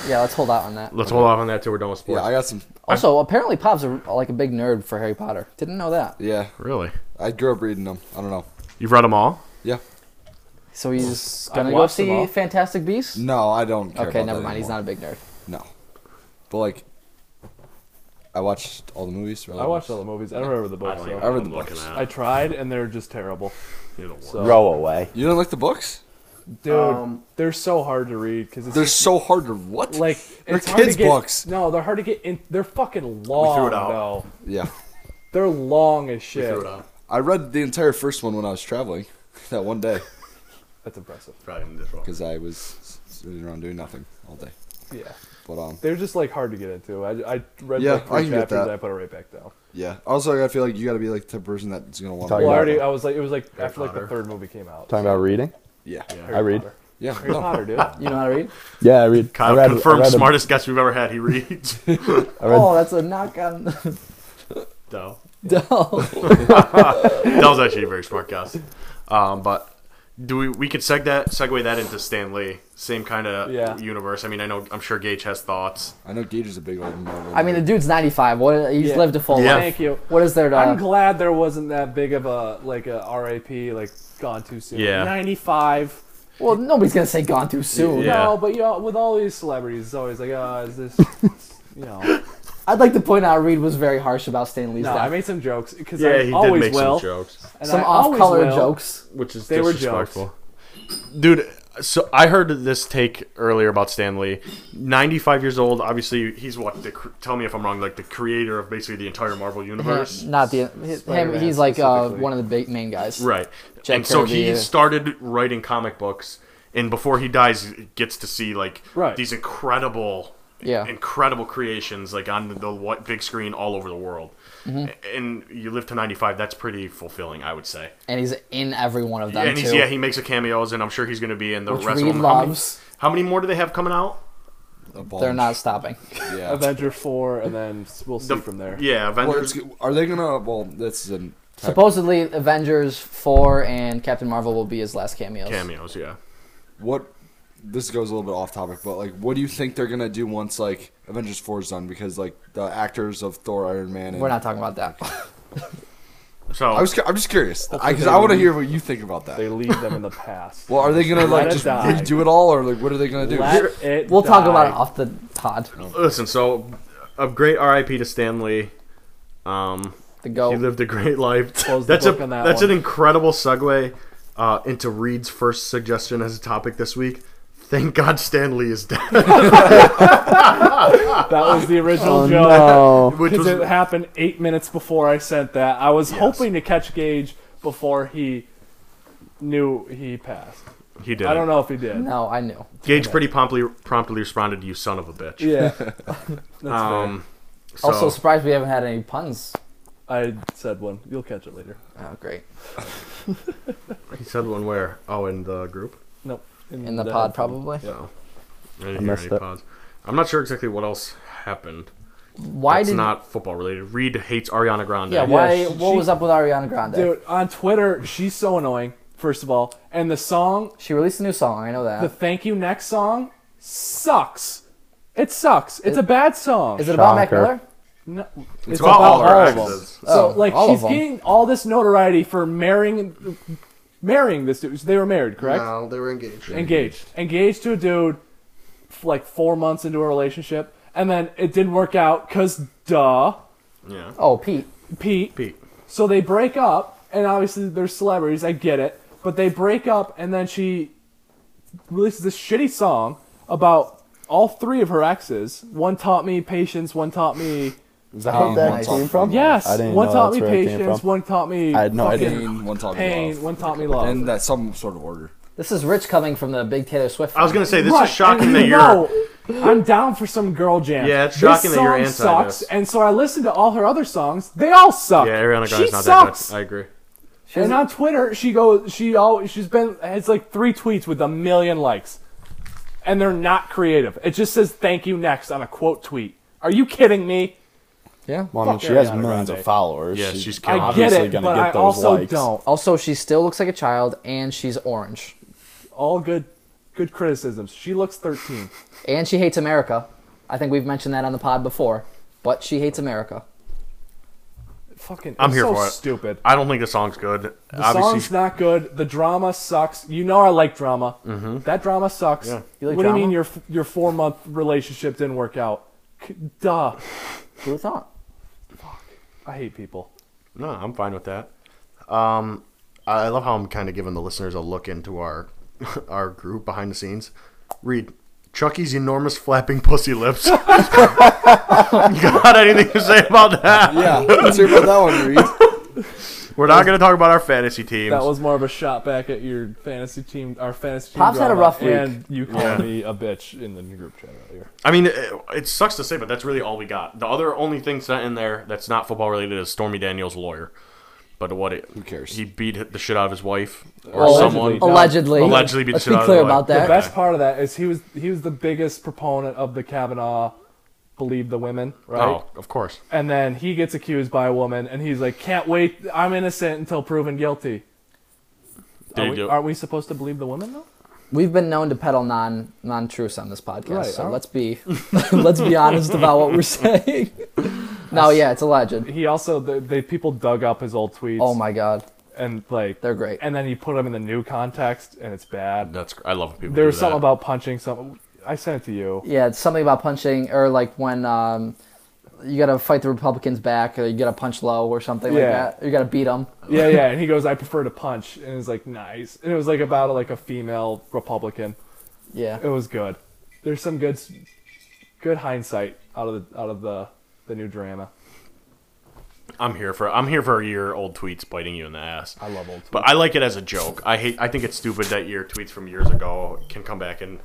Speaker 5: Yeah, let's hold out on that.
Speaker 2: Let's hold off on that till we're done with sports.
Speaker 3: Yeah, I got some.
Speaker 5: Also, apparently Pop's a, like a big nerd for Harry Potter. Didn't know that.
Speaker 3: Yeah,
Speaker 2: really?
Speaker 3: I grew up reading them. I don't know.
Speaker 2: You've read them all?
Speaker 3: Yeah.
Speaker 5: So he's
Speaker 4: I've
Speaker 5: gonna go
Speaker 4: watched them
Speaker 5: see
Speaker 4: all.
Speaker 5: Fantastic Beasts.
Speaker 3: No, I don't. Care
Speaker 5: okay,
Speaker 3: about
Speaker 5: never
Speaker 3: that
Speaker 5: mind. He's
Speaker 3: anymore.
Speaker 5: not a big nerd.
Speaker 3: No, but like, I watched all the movies. read
Speaker 4: I watched all the movies. I don't remember the books.
Speaker 2: even
Speaker 4: though.
Speaker 2: know
Speaker 3: read
Speaker 2: what
Speaker 3: the
Speaker 2: I'm
Speaker 3: books.
Speaker 2: looking
Speaker 4: I
Speaker 2: at.
Speaker 4: tried, and they're just terrible.
Speaker 2: You're the worst.
Speaker 4: So,
Speaker 1: Row away.
Speaker 3: You didn't like the books?
Speaker 4: dude,
Speaker 2: um,
Speaker 4: they're so hard to read because it's
Speaker 3: They're so hard to what?
Speaker 4: like
Speaker 3: they're
Speaker 4: it's hard
Speaker 3: kids'
Speaker 4: to get,
Speaker 3: books.
Speaker 4: No, they're hard to get in. They're fucking long.
Speaker 2: out.
Speaker 4: though.
Speaker 3: Yeah,
Speaker 4: They're long as
Speaker 2: We
Speaker 4: shit.
Speaker 2: threw it out.
Speaker 3: I read the entire first one when I was traveling that one day
Speaker 4: That's impressive.
Speaker 2: Probably in this one.
Speaker 3: because I was sitting around doing nothing all day.
Speaker 4: Yeah,
Speaker 3: But um,
Speaker 4: they're just like hard to get into. I, I read
Speaker 3: Yeah,
Speaker 4: like
Speaker 3: I
Speaker 4: three
Speaker 3: can get
Speaker 4: chapters.
Speaker 3: that.
Speaker 4: And I put it right back down.
Speaker 3: yeah. Also, I feel like you got to be like the person that's gonna want.
Speaker 1: Talk
Speaker 4: Well,
Speaker 1: about
Speaker 4: I
Speaker 1: Yeah.
Speaker 4: already. I was like, it was like after like
Speaker 2: Potter.
Speaker 4: the third movie came out.
Speaker 1: Talking about reading.
Speaker 3: Yeah,
Speaker 1: I read.
Speaker 4: Potter.
Speaker 3: yeah.
Speaker 4: Harry
Speaker 3: no.
Speaker 4: Potter, dude.
Speaker 5: You know how to read?
Speaker 1: Yeah, I read.
Speaker 2: Kyle
Speaker 1: I read,
Speaker 2: confirmed
Speaker 1: I read a-
Speaker 2: smartest guest we've ever had. He reads.
Speaker 5: Oh, that's a knock on.
Speaker 2: Dell.
Speaker 5: No.
Speaker 2: Dell's actually a very smart guest. Um, but do we we could seg that segue that into Stan Lee, same kind of
Speaker 4: Yeah.
Speaker 2: universe. I mean, I know I'm sure Gage has thoughts.
Speaker 3: I know Gage is a big old Marvel.
Speaker 5: I mean, the dude's 95. What he's
Speaker 4: Yeah.
Speaker 5: lived a full
Speaker 2: Yeah.
Speaker 5: life.
Speaker 4: Thank you.
Speaker 5: What is there to?
Speaker 4: I'm glad there wasn't that big of a like a RAP like gone too soon.
Speaker 2: Yeah.
Speaker 4: 95.
Speaker 5: well, nobody's gonna say gone too soon.
Speaker 2: Yeah.
Speaker 4: No, but you know, with all these celebrities, it's always like, oh, is this? you know,
Speaker 5: I'd like to point out Reed was very harsh about Stan Lee's
Speaker 4: no.
Speaker 5: death.
Speaker 4: I made some jokes because I always will.
Speaker 2: jokes,
Speaker 4: and
Speaker 5: some
Speaker 4: I always
Speaker 5: off-color
Speaker 4: will.
Speaker 5: jokes.
Speaker 2: which is
Speaker 4: They were
Speaker 2: disrespectful. Dude, so I heard this take earlier about Stan Lee, 95 years old. Obviously, he's what? The, cr- tell me if I'm wrong. Like the creator of basically the entire Marvel universe.
Speaker 5: Not the him.
Speaker 4: Spider-Man
Speaker 5: He's like uh,
Speaker 4: specifically.
Speaker 5: one of the big main guys.
Speaker 2: Right.
Speaker 5: Jack
Speaker 2: and so
Speaker 5: Kirby,
Speaker 2: he
Speaker 5: uh,
Speaker 2: started writing comic books, and before he dies, gets to see like
Speaker 4: Right.
Speaker 2: these incredible,
Speaker 5: Yeah.
Speaker 2: incredible creations like on the what big screen all over the world. And you live to ninety five. That's pretty fulfilling, I would say.
Speaker 5: And he's in every one of them
Speaker 2: and he's
Speaker 5: too.
Speaker 2: yeah, he makes a cameos, and I'm sure he's going to be in the
Speaker 5: Which
Speaker 2: rest
Speaker 5: Reed
Speaker 2: of them. How many-
Speaker 5: loves.
Speaker 2: How many, more do they have coming out?
Speaker 3: A bunch.
Speaker 5: They're not stopping.
Speaker 3: Yeah.
Speaker 4: Avenger four, and then we'll see from there.
Speaker 2: Yeah,
Speaker 3: Well,
Speaker 2: Avengers.
Speaker 3: it's, are they gonna? Well, this is a
Speaker 5: Supposedly, Avengers four and Captain Marvel will be his last cameos.
Speaker 2: cameos. Yeah.
Speaker 3: what this goes a little bit off topic, but like, what do you think they're gonna do once like Avengers Four is done? Because like the actors of Thor, Iron Man, and
Speaker 5: We're not talking about that.
Speaker 2: So
Speaker 3: I was, cu- I'm just curious because
Speaker 4: they
Speaker 3: I, want to
Speaker 4: leave-
Speaker 3: hear what you think about that.
Speaker 4: They leave them in the past.
Speaker 3: well, are they gonna like
Speaker 4: Let it
Speaker 3: just
Speaker 4: die.
Speaker 3: redo it all, or like what are they gonna do?
Speaker 4: Let it
Speaker 5: We'll talk
Speaker 4: die.
Speaker 5: about it off the pod.
Speaker 2: listen. So a great R.I.P. to Stan Lee. Um,
Speaker 5: The go.
Speaker 2: He lived a great life.
Speaker 4: Oh. Close the
Speaker 2: that's
Speaker 4: book
Speaker 2: a,
Speaker 4: on that
Speaker 2: that's
Speaker 4: one.
Speaker 2: an incredible segue uh, into Reed's first suggestion as a topic this week. Thank God Stan Lee is dead.
Speaker 4: That was the original
Speaker 1: Oh,
Speaker 4: joke.
Speaker 1: no.
Speaker 2: Which
Speaker 4: Because
Speaker 2: was
Speaker 4: it happened eight minutes before I sent that. I was hoping to catch Gage before he knew he passed.
Speaker 2: he did.
Speaker 4: I don't know if he did.
Speaker 5: no, I knew.
Speaker 2: Gage pretty promptly promptly responded, "You son of a bitch."
Speaker 4: Yeah. That's
Speaker 2: Um, so,
Speaker 5: Also, surprised we haven't had any puns.
Speaker 4: fair. I said one. You'll catch it later.
Speaker 5: Oh, great.
Speaker 2: he said one where? Oh, in the group.
Speaker 4: Nope.
Speaker 5: In the pod, probably.
Speaker 2: No, I didn't hear
Speaker 1: missed
Speaker 2: any
Speaker 1: it.
Speaker 2: pause. I'm not sure exactly what else happened.
Speaker 5: Why
Speaker 2: It's
Speaker 5: did?
Speaker 2: not football related. Reed hates Ariana Grande.
Speaker 5: yeah. Why?
Speaker 4: Yeah, she-
Speaker 5: what
Speaker 4: she-
Speaker 5: was up with Ariana Grande?
Speaker 4: Dude, on Twitter, she's so annoying, first of all. And the song,
Speaker 5: She released a new song. I know
Speaker 4: the
Speaker 5: that.
Speaker 4: Thank You Next song, sucks. It sucks. It's a bad song.
Speaker 5: Is it about Mac
Speaker 1: Shocker.
Speaker 5: Miller?
Speaker 4: No,
Speaker 2: it's about all her
Speaker 4: all of them.
Speaker 2: exes.
Speaker 5: Oh,
Speaker 4: So like
Speaker 5: all
Speaker 4: she's
Speaker 5: of 'em.
Speaker 4: getting all this notoriety for marrying marrying this dude. So They were married, correct?
Speaker 2: No, they were engaged.
Speaker 4: Engaged. Engaged to a dude f- like 4 months into a relationship and then it didn't work out cuz duh,
Speaker 2: Yeah.
Speaker 5: Oh, Pete.
Speaker 4: Pete.
Speaker 2: Pete.
Speaker 4: So they break up and obviously they're celebrities, I get it, but they break up and then she releases this shitty song about all three of her exes. One taught me patience, one taught me
Speaker 3: Is that
Speaker 1: How
Speaker 3: how
Speaker 1: that came from?
Speaker 4: Yes.
Speaker 1: I didn't
Speaker 4: one
Speaker 1: know
Speaker 4: taught
Speaker 1: that's
Speaker 4: me
Speaker 1: where it came
Speaker 4: patience.
Speaker 1: from.
Speaker 4: One taught me.
Speaker 1: I had no
Speaker 4: fucking
Speaker 1: idea.
Speaker 3: Pain, one talking
Speaker 4: Pain.
Speaker 3: love,
Speaker 4: One taught me love.
Speaker 2: uh,
Speaker 3: and that's some sort of order.
Speaker 5: This is Rich coming from the Big Taylor Swift.
Speaker 2: I was gonna say this
Speaker 4: Right,
Speaker 2: is shocking
Speaker 4: and
Speaker 2: that
Speaker 4: you
Speaker 2: you're.
Speaker 4: know, I'm down for some girl jam.
Speaker 2: Yeah, it's
Speaker 4: This
Speaker 2: shocking that you're
Speaker 4: song
Speaker 2: anti
Speaker 4: sucks,
Speaker 2: this.
Speaker 4: and so I listened to all her other songs. They all suck.
Speaker 2: Yeah, Ariana
Speaker 4: she
Speaker 2: Grande's not
Speaker 4: sucks.
Speaker 2: that good. I agree.
Speaker 4: and on Twitter, she goes. She always. She's been. It's like three tweets with a million likes, and they're not creative. It just says "thank you" next on a quote tweet. Are you kidding me?
Speaker 5: Yeah.
Speaker 1: Well, I mean,
Speaker 4: Fuck
Speaker 1: she has
Speaker 4: Ariana
Speaker 1: millions
Speaker 4: Grande.
Speaker 1: of followers.
Speaker 2: Yeah,
Speaker 1: She-
Speaker 2: she's
Speaker 4: I
Speaker 2: killing. it.
Speaker 4: get
Speaker 1: Obviously
Speaker 4: it,
Speaker 1: gonna
Speaker 4: but
Speaker 1: get
Speaker 4: I
Speaker 1: those
Speaker 4: also
Speaker 1: likes.
Speaker 4: don't.
Speaker 5: Also, she still looks like a child, and she's orange,
Speaker 4: All good, good criticisms. She looks 13.
Speaker 5: and she hates America. I think we've mentioned that on the pod before, but she hates America.
Speaker 4: Fucking.
Speaker 2: I'm
Speaker 4: it's
Speaker 2: here
Speaker 4: so
Speaker 2: for it.
Speaker 4: Stupid.
Speaker 2: I don't think the song's good.
Speaker 4: The song's not good. The drama sucks. You know I like drama. Mm-hmm. That drama sucks.
Speaker 5: You like
Speaker 4: what do
Speaker 5: drama?
Speaker 4: you mean your f- your four month relationship didn't work out? C- Duh.
Speaker 5: Who would've thought?
Speaker 4: I hate people.
Speaker 2: no, I'm fine with that. Um, I love how I'm kind of giving the listeners a look into our our group behind the scenes. Read Chucky's enormous flapping pussy lips. you got anything to say about that?
Speaker 3: Yeah, let's hear about that one, Reed.
Speaker 2: We're not going to talk about our fantasy teams.
Speaker 4: That was more of a shot back at your fantasy team. Our fantasy team.
Speaker 5: Pops had a
Speaker 4: drama,
Speaker 5: rough week.
Speaker 4: and you called me a bitch in the group chat earlier.
Speaker 2: I mean, it, it sucks to say, but that's really all we got. The other only thing that's not in there that's not football related is Stormy Daniels' lawyer. But what it, who
Speaker 3: cares?
Speaker 2: He beat the shit out of his wife or
Speaker 4: Allegedly.
Speaker 2: someone.
Speaker 5: Allegedly.
Speaker 2: Allegedly beat the
Speaker 5: Let's
Speaker 2: shit
Speaker 5: be
Speaker 2: out of
Speaker 5: clear
Speaker 2: the wife.
Speaker 5: about
Speaker 4: The
Speaker 5: that.
Speaker 4: best part of that is he was he was the biggest proponent of the Kavanaugh believe the women, right?
Speaker 2: Oh, of course.
Speaker 4: And then he gets accused by a woman, and he's like, "Can't wait! I'm innocent until proven guilty."
Speaker 2: They
Speaker 4: Are we,
Speaker 2: do.
Speaker 4: aren't we supposed to believe the women though?
Speaker 5: We've been known to peddle non non truths on this podcast,
Speaker 4: Right, oh.
Speaker 5: so
Speaker 4: I-
Speaker 5: let's be let's be honest about what we're saying. no, yeah, it's a legend.
Speaker 4: He also the, the people dug up his old tweets.
Speaker 5: Oh my god,
Speaker 4: And like
Speaker 5: They're great.
Speaker 4: And then you put them in the new context, and it's bad.
Speaker 2: That's I love when people.
Speaker 4: There was
Speaker 2: do
Speaker 4: something
Speaker 2: that.
Speaker 4: about punching something. I sent it to you.
Speaker 5: yeah, it's something about punching or like when um, you gotta fight the Republicans back, or you gotta punch low or something
Speaker 4: Yeah.
Speaker 5: like that. You gotta beat them.
Speaker 4: Yeah, yeah. And he goes, "I prefer to punch," and it's like nice. And it was like about like a female Republican.
Speaker 5: Yeah,
Speaker 4: It was good. There's some good, s- good hindsight out of the out of the the new drama.
Speaker 2: I'm here for I'm here for your old tweets biting you in the ass.
Speaker 4: I love old. Tweets.
Speaker 2: But I like it as a joke. I hate. I think it's stupid that your tweets from years ago can come back and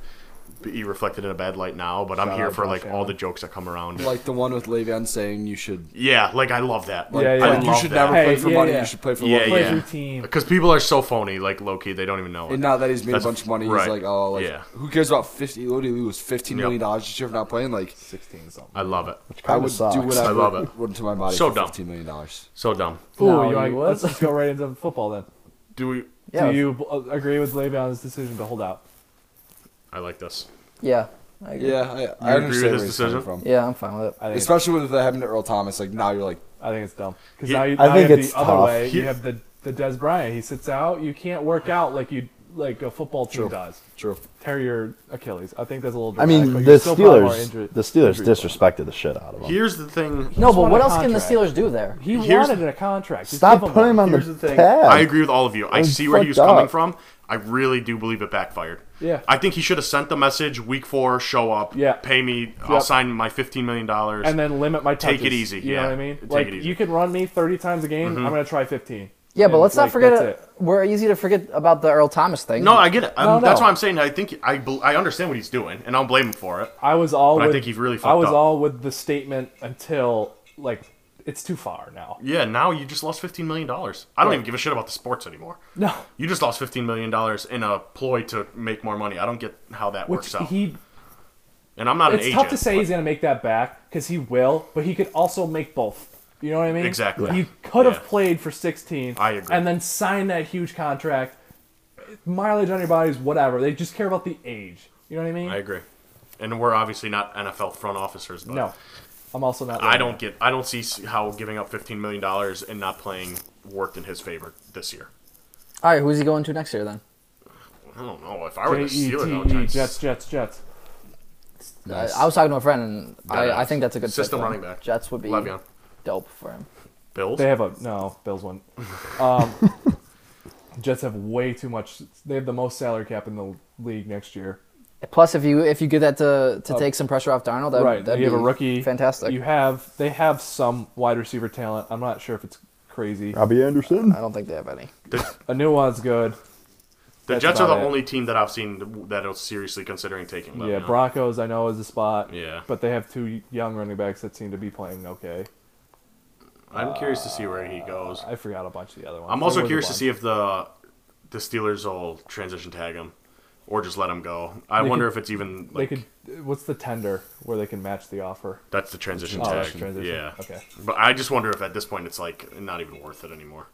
Speaker 2: be reflected in a bad light now. But I'm
Speaker 4: Shout
Speaker 2: here
Speaker 4: out
Speaker 2: for
Speaker 4: Josh
Speaker 2: like all
Speaker 4: Allen.
Speaker 2: the jokes that come around.
Speaker 3: Like the one with Le'Veon saying you should.
Speaker 2: yeah, like I love that.
Speaker 3: Like,
Speaker 4: Yeah, yeah.
Speaker 2: I
Speaker 3: like, you
Speaker 2: love
Speaker 3: should
Speaker 2: that.
Speaker 3: never
Speaker 4: Hey,
Speaker 3: play for
Speaker 4: yeah,
Speaker 3: money.
Speaker 4: yeah.
Speaker 3: You should play for
Speaker 2: yeah,
Speaker 3: love.
Speaker 4: Play
Speaker 2: yeah.
Speaker 4: your team.
Speaker 2: Because people are so phony. Like low key, they don't even know it.
Speaker 3: And now that he's made
Speaker 2: That's-
Speaker 3: a bunch of money,
Speaker 2: right.
Speaker 3: he's like, oh, like,
Speaker 2: Yeah.
Speaker 3: who cares about fifty? Lodi Lee was fifteen
Speaker 2: Yep.
Speaker 3: million dollars this year for not playing. Like,
Speaker 4: Sixteen something.
Speaker 2: I love it.
Speaker 3: I
Speaker 1: Kinda
Speaker 3: would
Speaker 1: sucks.
Speaker 3: do whatever
Speaker 2: I love it.
Speaker 3: went to my body
Speaker 2: So
Speaker 3: for
Speaker 2: dumb.
Speaker 3: fifteen million dollars.
Speaker 2: So dumb.
Speaker 4: Ooh,
Speaker 5: No,
Speaker 4: you
Speaker 5: you
Speaker 4: wanna-
Speaker 5: would.
Speaker 4: let's just go right into football then.
Speaker 2: Do we?
Speaker 5: yeah,
Speaker 4: Do you b- uh, agree with Le'Veon's decision to hold out?
Speaker 2: I like this.
Speaker 5: yeah, I agree.
Speaker 3: Yeah, I,
Speaker 2: You
Speaker 3: I
Speaker 2: agree with
Speaker 3: understand
Speaker 2: his
Speaker 3: where he's coming
Speaker 2: decision?
Speaker 3: from.
Speaker 5: yeah. I'm fine with it.
Speaker 4: I think, it's,
Speaker 3: Especially with that happened to Earl Thomas. Like now you're like,
Speaker 4: I think it's dumb. Because
Speaker 2: He-
Speaker 4: now you,
Speaker 1: I
Speaker 4: now
Speaker 1: think
Speaker 4: you have
Speaker 1: it's
Speaker 4: the
Speaker 1: tough.
Speaker 4: other way.
Speaker 2: He-
Speaker 4: you have the the Des Bryant. He sits out. You can't work out like you like a football team
Speaker 3: True.
Speaker 4: does.
Speaker 3: true.
Speaker 4: Tear your Achilles. I think that's a little.
Speaker 1: I
Speaker 4: Dramatic,
Speaker 1: mean,
Speaker 4: but
Speaker 1: the
Speaker 4: you're still probably more
Speaker 1: Steelers,
Speaker 4: injury-
Speaker 1: the Steelers
Speaker 4: injury prone.
Speaker 1: disrespected the shit out of him.
Speaker 2: Here's the thing.
Speaker 5: No, but
Speaker 4: wanted
Speaker 5: what
Speaker 4: a
Speaker 5: else can the
Speaker 4: contract.
Speaker 5: Steelers do there?
Speaker 4: He
Speaker 2: Here's-
Speaker 4: wanted a contract. Just
Speaker 1: Stop
Speaker 4: give him
Speaker 1: putting him
Speaker 4: one.
Speaker 1: on
Speaker 4: Here's
Speaker 1: the,
Speaker 4: the thing.
Speaker 1: tab.
Speaker 2: I agree with all of you. I
Speaker 1: I'm
Speaker 2: see where he was
Speaker 1: fucked
Speaker 2: coming
Speaker 1: up.
Speaker 2: from. I really do believe it backfired.
Speaker 4: Yeah.
Speaker 2: I think he should have sent the message week four, show up,
Speaker 4: Yeah.
Speaker 2: pay me,
Speaker 4: Yep.
Speaker 2: I'll sign my fifteen million dollars.
Speaker 4: And then limit my
Speaker 2: Take it
Speaker 4: touches.
Speaker 2: easy,
Speaker 4: You
Speaker 2: yeah.
Speaker 4: know what I mean?
Speaker 2: Take
Speaker 4: like
Speaker 2: it easy. Mm-hmm.
Speaker 4: you can run me thirty times a game. I'm gonna try fifteen.
Speaker 5: Yeah, but
Speaker 4: And,
Speaker 5: let's
Speaker 4: like,
Speaker 5: not forget
Speaker 4: that's
Speaker 5: it. We're easy to forget about the Earl Thomas thing.
Speaker 2: no, I get it. I'm,
Speaker 4: No, no.
Speaker 2: That's why I'm saying I think I bel- I understand what he's doing, and I don't blame him for it.
Speaker 4: I was all.
Speaker 2: But I
Speaker 4: with,
Speaker 2: think he really
Speaker 4: I
Speaker 2: fucked
Speaker 4: was
Speaker 2: up.
Speaker 4: all with the statement until like it's too far now.
Speaker 2: Yeah, now you just lost fifteen million dollars. I don't even give a shit about the sports anymore.
Speaker 4: No,
Speaker 2: You just lost fifteen million dollars in a ploy to make more money. I don't get how that
Speaker 4: which
Speaker 2: works out.
Speaker 4: he.
Speaker 2: and I'm not an
Speaker 4: It's
Speaker 2: agent.
Speaker 4: tough to say
Speaker 2: but
Speaker 4: he's gonna make that back because he will, but he could also make both. You know what I mean?
Speaker 2: Exactly.
Speaker 4: You could have
Speaker 2: Yeah.
Speaker 4: played for sixteen.
Speaker 2: I agree.
Speaker 4: And then sign that huge contract. Mileage on your body is whatever. They just care about the age. You know what I mean?
Speaker 2: I agree. And we're obviously not NFL front officers, but
Speaker 4: No, I'm also not.
Speaker 2: I don't get. I don't see s- how giving up fifteen million dollars and not playing worked in his favor this year.
Speaker 5: All right, who's he going to next year then?
Speaker 2: I don't know if I were the Steelers. I would try
Speaker 4: J-E-T-E,
Speaker 2: s-
Speaker 4: E Jets, Jets, Jets.
Speaker 5: I- I was talking to a friend, and
Speaker 2: Yeah.
Speaker 5: I, I think that's a good fit
Speaker 2: System
Speaker 5: for him.
Speaker 2: running back.
Speaker 5: Jets would be
Speaker 2: Le'Veon,
Speaker 5: dope for him.
Speaker 2: Bills.
Speaker 4: They have a no. Bills won. Um, Jets have way too much. They have the most salary cap in the league next year.
Speaker 5: Plus, if you if you give that to to take some pressure off Darnold, that,
Speaker 4: Uh, right.
Speaker 5: that'd
Speaker 4: you
Speaker 5: be
Speaker 4: have a rookie.
Speaker 5: Fantastic.
Speaker 4: You have. They have some wide receiver talent. I'm not sure if it's crazy.
Speaker 1: Robbie Anderson.
Speaker 5: I don't think they have any.
Speaker 4: A new one's good.
Speaker 2: the
Speaker 4: that's
Speaker 2: Jets are the
Speaker 4: about it.
Speaker 2: only team that I've seen that is seriously considering taking.
Speaker 4: yeah.
Speaker 2: Le'Veon.
Speaker 4: Broncos. I know is a spot.
Speaker 2: Yeah.
Speaker 4: But they have two young running backs that seem to be playing okay.
Speaker 2: I'm curious to see where he goes.
Speaker 4: I forgot a bunch of the other ones.
Speaker 2: I'm also curious to see if the the Steelers will transition tag him or just let him go. I
Speaker 4: They
Speaker 2: wonder
Speaker 4: could-
Speaker 2: if it's even
Speaker 4: they
Speaker 2: like
Speaker 4: could. What's the tender where they can match the offer?
Speaker 2: that's the transition
Speaker 4: Oh,
Speaker 2: tag.
Speaker 4: that's transition.
Speaker 2: Yeah.
Speaker 4: Okay.
Speaker 2: But I just wonder if at this point it's like not even worth it anymore.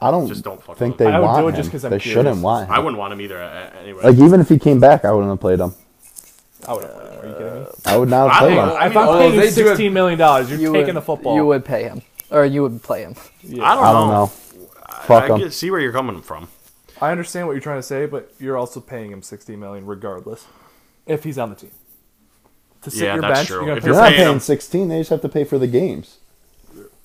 Speaker 1: I don't,
Speaker 2: Just don't fuck
Speaker 1: think
Speaker 2: with him.
Speaker 1: they
Speaker 4: I would
Speaker 1: want
Speaker 4: do it
Speaker 1: him.
Speaker 4: just 'cause I'm
Speaker 1: they
Speaker 4: curious.
Speaker 1: shouldn't want
Speaker 2: I
Speaker 1: him.
Speaker 2: wouldn't want him either. uh, Anyway,
Speaker 1: Like even if he came back, I wouldn't have played him.
Speaker 4: I would. Are you kidding me?
Speaker 1: I would not have
Speaker 2: I
Speaker 5: Uh,
Speaker 1: played
Speaker 2: don't-
Speaker 1: him.
Speaker 2: I
Speaker 4: if
Speaker 2: mean,
Speaker 4: I'm
Speaker 3: although
Speaker 4: paying you
Speaker 3: they do have-
Speaker 4: sixteen million dollars, you're
Speaker 5: You
Speaker 4: taking
Speaker 5: would,
Speaker 4: the football.
Speaker 5: You would pay him, or you would play him.
Speaker 2: I don't know.
Speaker 1: I don't know. Fuck
Speaker 2: I
Speaker 1: him.
Speaker 2: can see where you're coming from.
Speaker 4: I understand what you're trying to say, but you're also paying him sixteen million regardless, if he's on the team. To sit
Speaker 2: Yeah,
Speaker 4: your
Speaker 2: that's
Speaker 4: bench,
Speaker 2: true.
Speaker 4: you're gonna
Speaker 2: If
Speaker 4: pay
Speaker 1: They're
Speaker 2: you're
Speaker 1: not
Speaker 2: paying him.
Speaker 1: paying sixteen. They just have to pay for the games.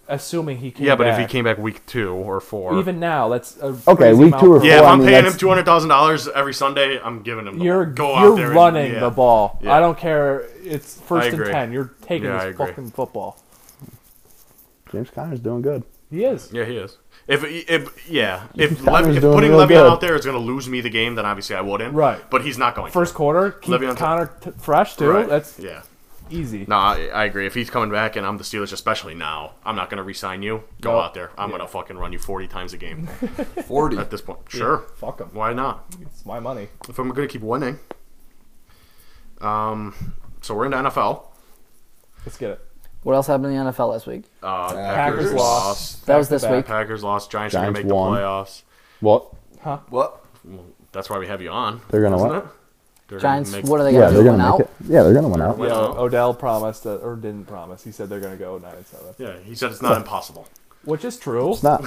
Speaker 4: assuming he came.
Speaker 2: Yeah, but if he
Speaker 4: back.
Speaker 2: came back week two or four,
Speaker 4: even now, that's a
Speaker 1: Okay,
Speaker 4: crazy
Speaker 1: week
Speaker 4: amount
Speaker 1: two or
Speaker 4: for-
Speaker 2: yeah, if
Speaker 1: Well, I
Speaker 2: I'm
Speaker 1: mean,
Speaker 2: paying him
Speaker 1: that's-
Speaker 2: two hundred thousand dollars every Sunday, I'm giving him. The
Speaker 4: You're
Speaker 2: go out there
Speaker 4: you're
Speaker 2: and-
Speaker 4: running
Speaker 2: yeah.
Speaker 4: the ball.
Speaker 2: Yeah.
Speaker 4: I don't care. It's
Speaker 2: I
Speaker 4: first and
Speaker 2: agree.
Speaker 4: ten. You're taking
Speaker 2: Yeah, I
Speaker 4: this
Speaker 2: agree.
Speaker 4: fucking football.
Speaker 1: James Conner's doing good.
Speaker 4: He is.
Speaker 2: Yeah, he is. If, if yeah, if,
Speaker 1: Connor's
Speaker 2: Lev, if
Speaker 1: doing
Speaker 2: putting
Speaker 1: real
Speaker 2: Le'Veon
Speaker 1: good.
Speaker 2: out there is going to lose me the game, then obviously I wouldn't.
Speaker 4: Right.
Speaker 2: But he's not going. to.
Speaker 4: First quarter, keep
Speaker 2: Le'Veon-
Speaker 4: Connor t- fresh too.
Speaker 2: Right.
Speaker 4: That's
Speaker 2: yeah.
Speaker 4: easy.
Speaker 2: No, I, I agree. If he's coming back and I'm the Steelers, especially now, I'm not going to resign you. Go
Speaker 4: Nope.
Speaker 2: out there. I'm going to fucking run you 40 times a game
Speaker 3: Forty.
Speaker 2: at this point. Sure.
Speaker 4: Fuck him.
Speaker 2: Why not?
Speaker 4: It's my money.
Speaker 2: If I'm going to keep winning. Um, so we're in the NFL.
Speaker 4: Let's get it.
Speaker 5: What else happened in the NFL last week?
Speaker 2: Uh, Packers,
Speaker 4: Packers
Speaker 2: lost.
Speaker 5: That was this
Speaker 4: back.
Speaker 5: week.
Speaker 2: Packers lost. Giants, are going
Speaker 1: Giants
Speaker 2: to make
Speaker 1: won.
Speaker 2: the playoffs.
Speaker 1: What?
Speaker 3: what?
Speaker 2: Well, that's why we have you on.
Speaker 1: They're gonna
Speaker 2: isn't
Speaker 1: what?
Speaker 2: it? They're gonna
Speaker 5: Giants,
Speaker 2: make-
Speaker 5: what are they
Speaker 1: Yeah,
Speaker 5: going to
Speaker 1: they're
Speaker 5: do?
Speaker 1: gonna
Speaker 5: Win
Speaker 1: make
Speaker 5: out?
Speaker 1: it. Yeah, they're gonna win out.
Speaker 2: Win
Speaker 4: Yeah,
Speaker 2: out.
Speaker 4: Odell promised that, or didn't promise. He said they're going to go 9 and 7.
Speaker 2: Yeah, he said it's not impossible.
Speaker 4: Which is true.
Speaker 1: It's not.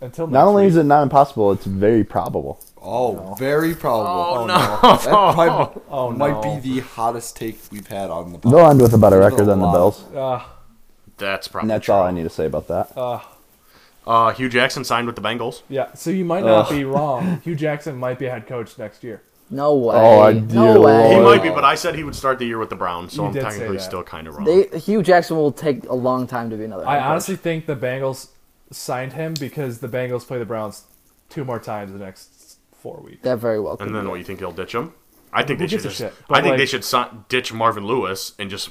Speaker 4: Until
Speaker 1: Not
Speaker 4: next
Speaker 1: only
Speaker 4: week.
Speaker 1: is it not impossible, it's very probable.
Speaker 3: Oh, very probable.
Speaker 2: Oh, no.
Speaker 3: That probably
Speaker 4: Oh,
Speaker 3: might be
Speaker 4: no.
Speaker 3: the hottest take we've had on the
Speaker 1: They'll end with a better
Speaker 3: There's
Speaker 1: record
Speaker 3: a
Speaker 1: than the
Speaker 3: lot.
Speaker 1: Bills.
Speaker 4: Ah,
Speaker 2: That's probably
Speaker 1: And that's
Speaker 2: true.
Speaker 1: all I need to say about that.
Speaker 2: Uh, Hugh Jackson signed with the Bengals.
Speaker 4: yeah, so you might not be wrong. Hugh Jackson might be head coach next year.
Speaker 5: No way.
Speaker 1: Oh, dear
Speaker 5: no way.
Speaker 2: He
Speaker 1: Lord.
Speaker 2: might be, but I said he would start the year with the Browns, so
Speaker 4: You
Speaker 2: I'm
Speaker 4: did say
Speaker 2: technically
Speaker 4: that.
Speaker 2: still kind of wrong.
Speaker 5: They, Hugh Jackson will take a long time to be another.
Speaker 4: I
Speaker 5: head coach.
Speaker 4: honestly think the Bengals signed him because the Bengals play the Browns two more times the next four weeks.
Speaker 5: that very well. Could
Speaker 2: and then
Speaker 5: be.
Speaker 2: what you think they'll ditch him? I think
Speaker 4: Who
Speaker 2: they should.
Speaker 4: gives a
Speaker 2: Just,
Speaker 4: shit? But,
Speaker 2: I think they
Speaker 4: like-
Speaker 2: should si- ditch Marvin Lewis and just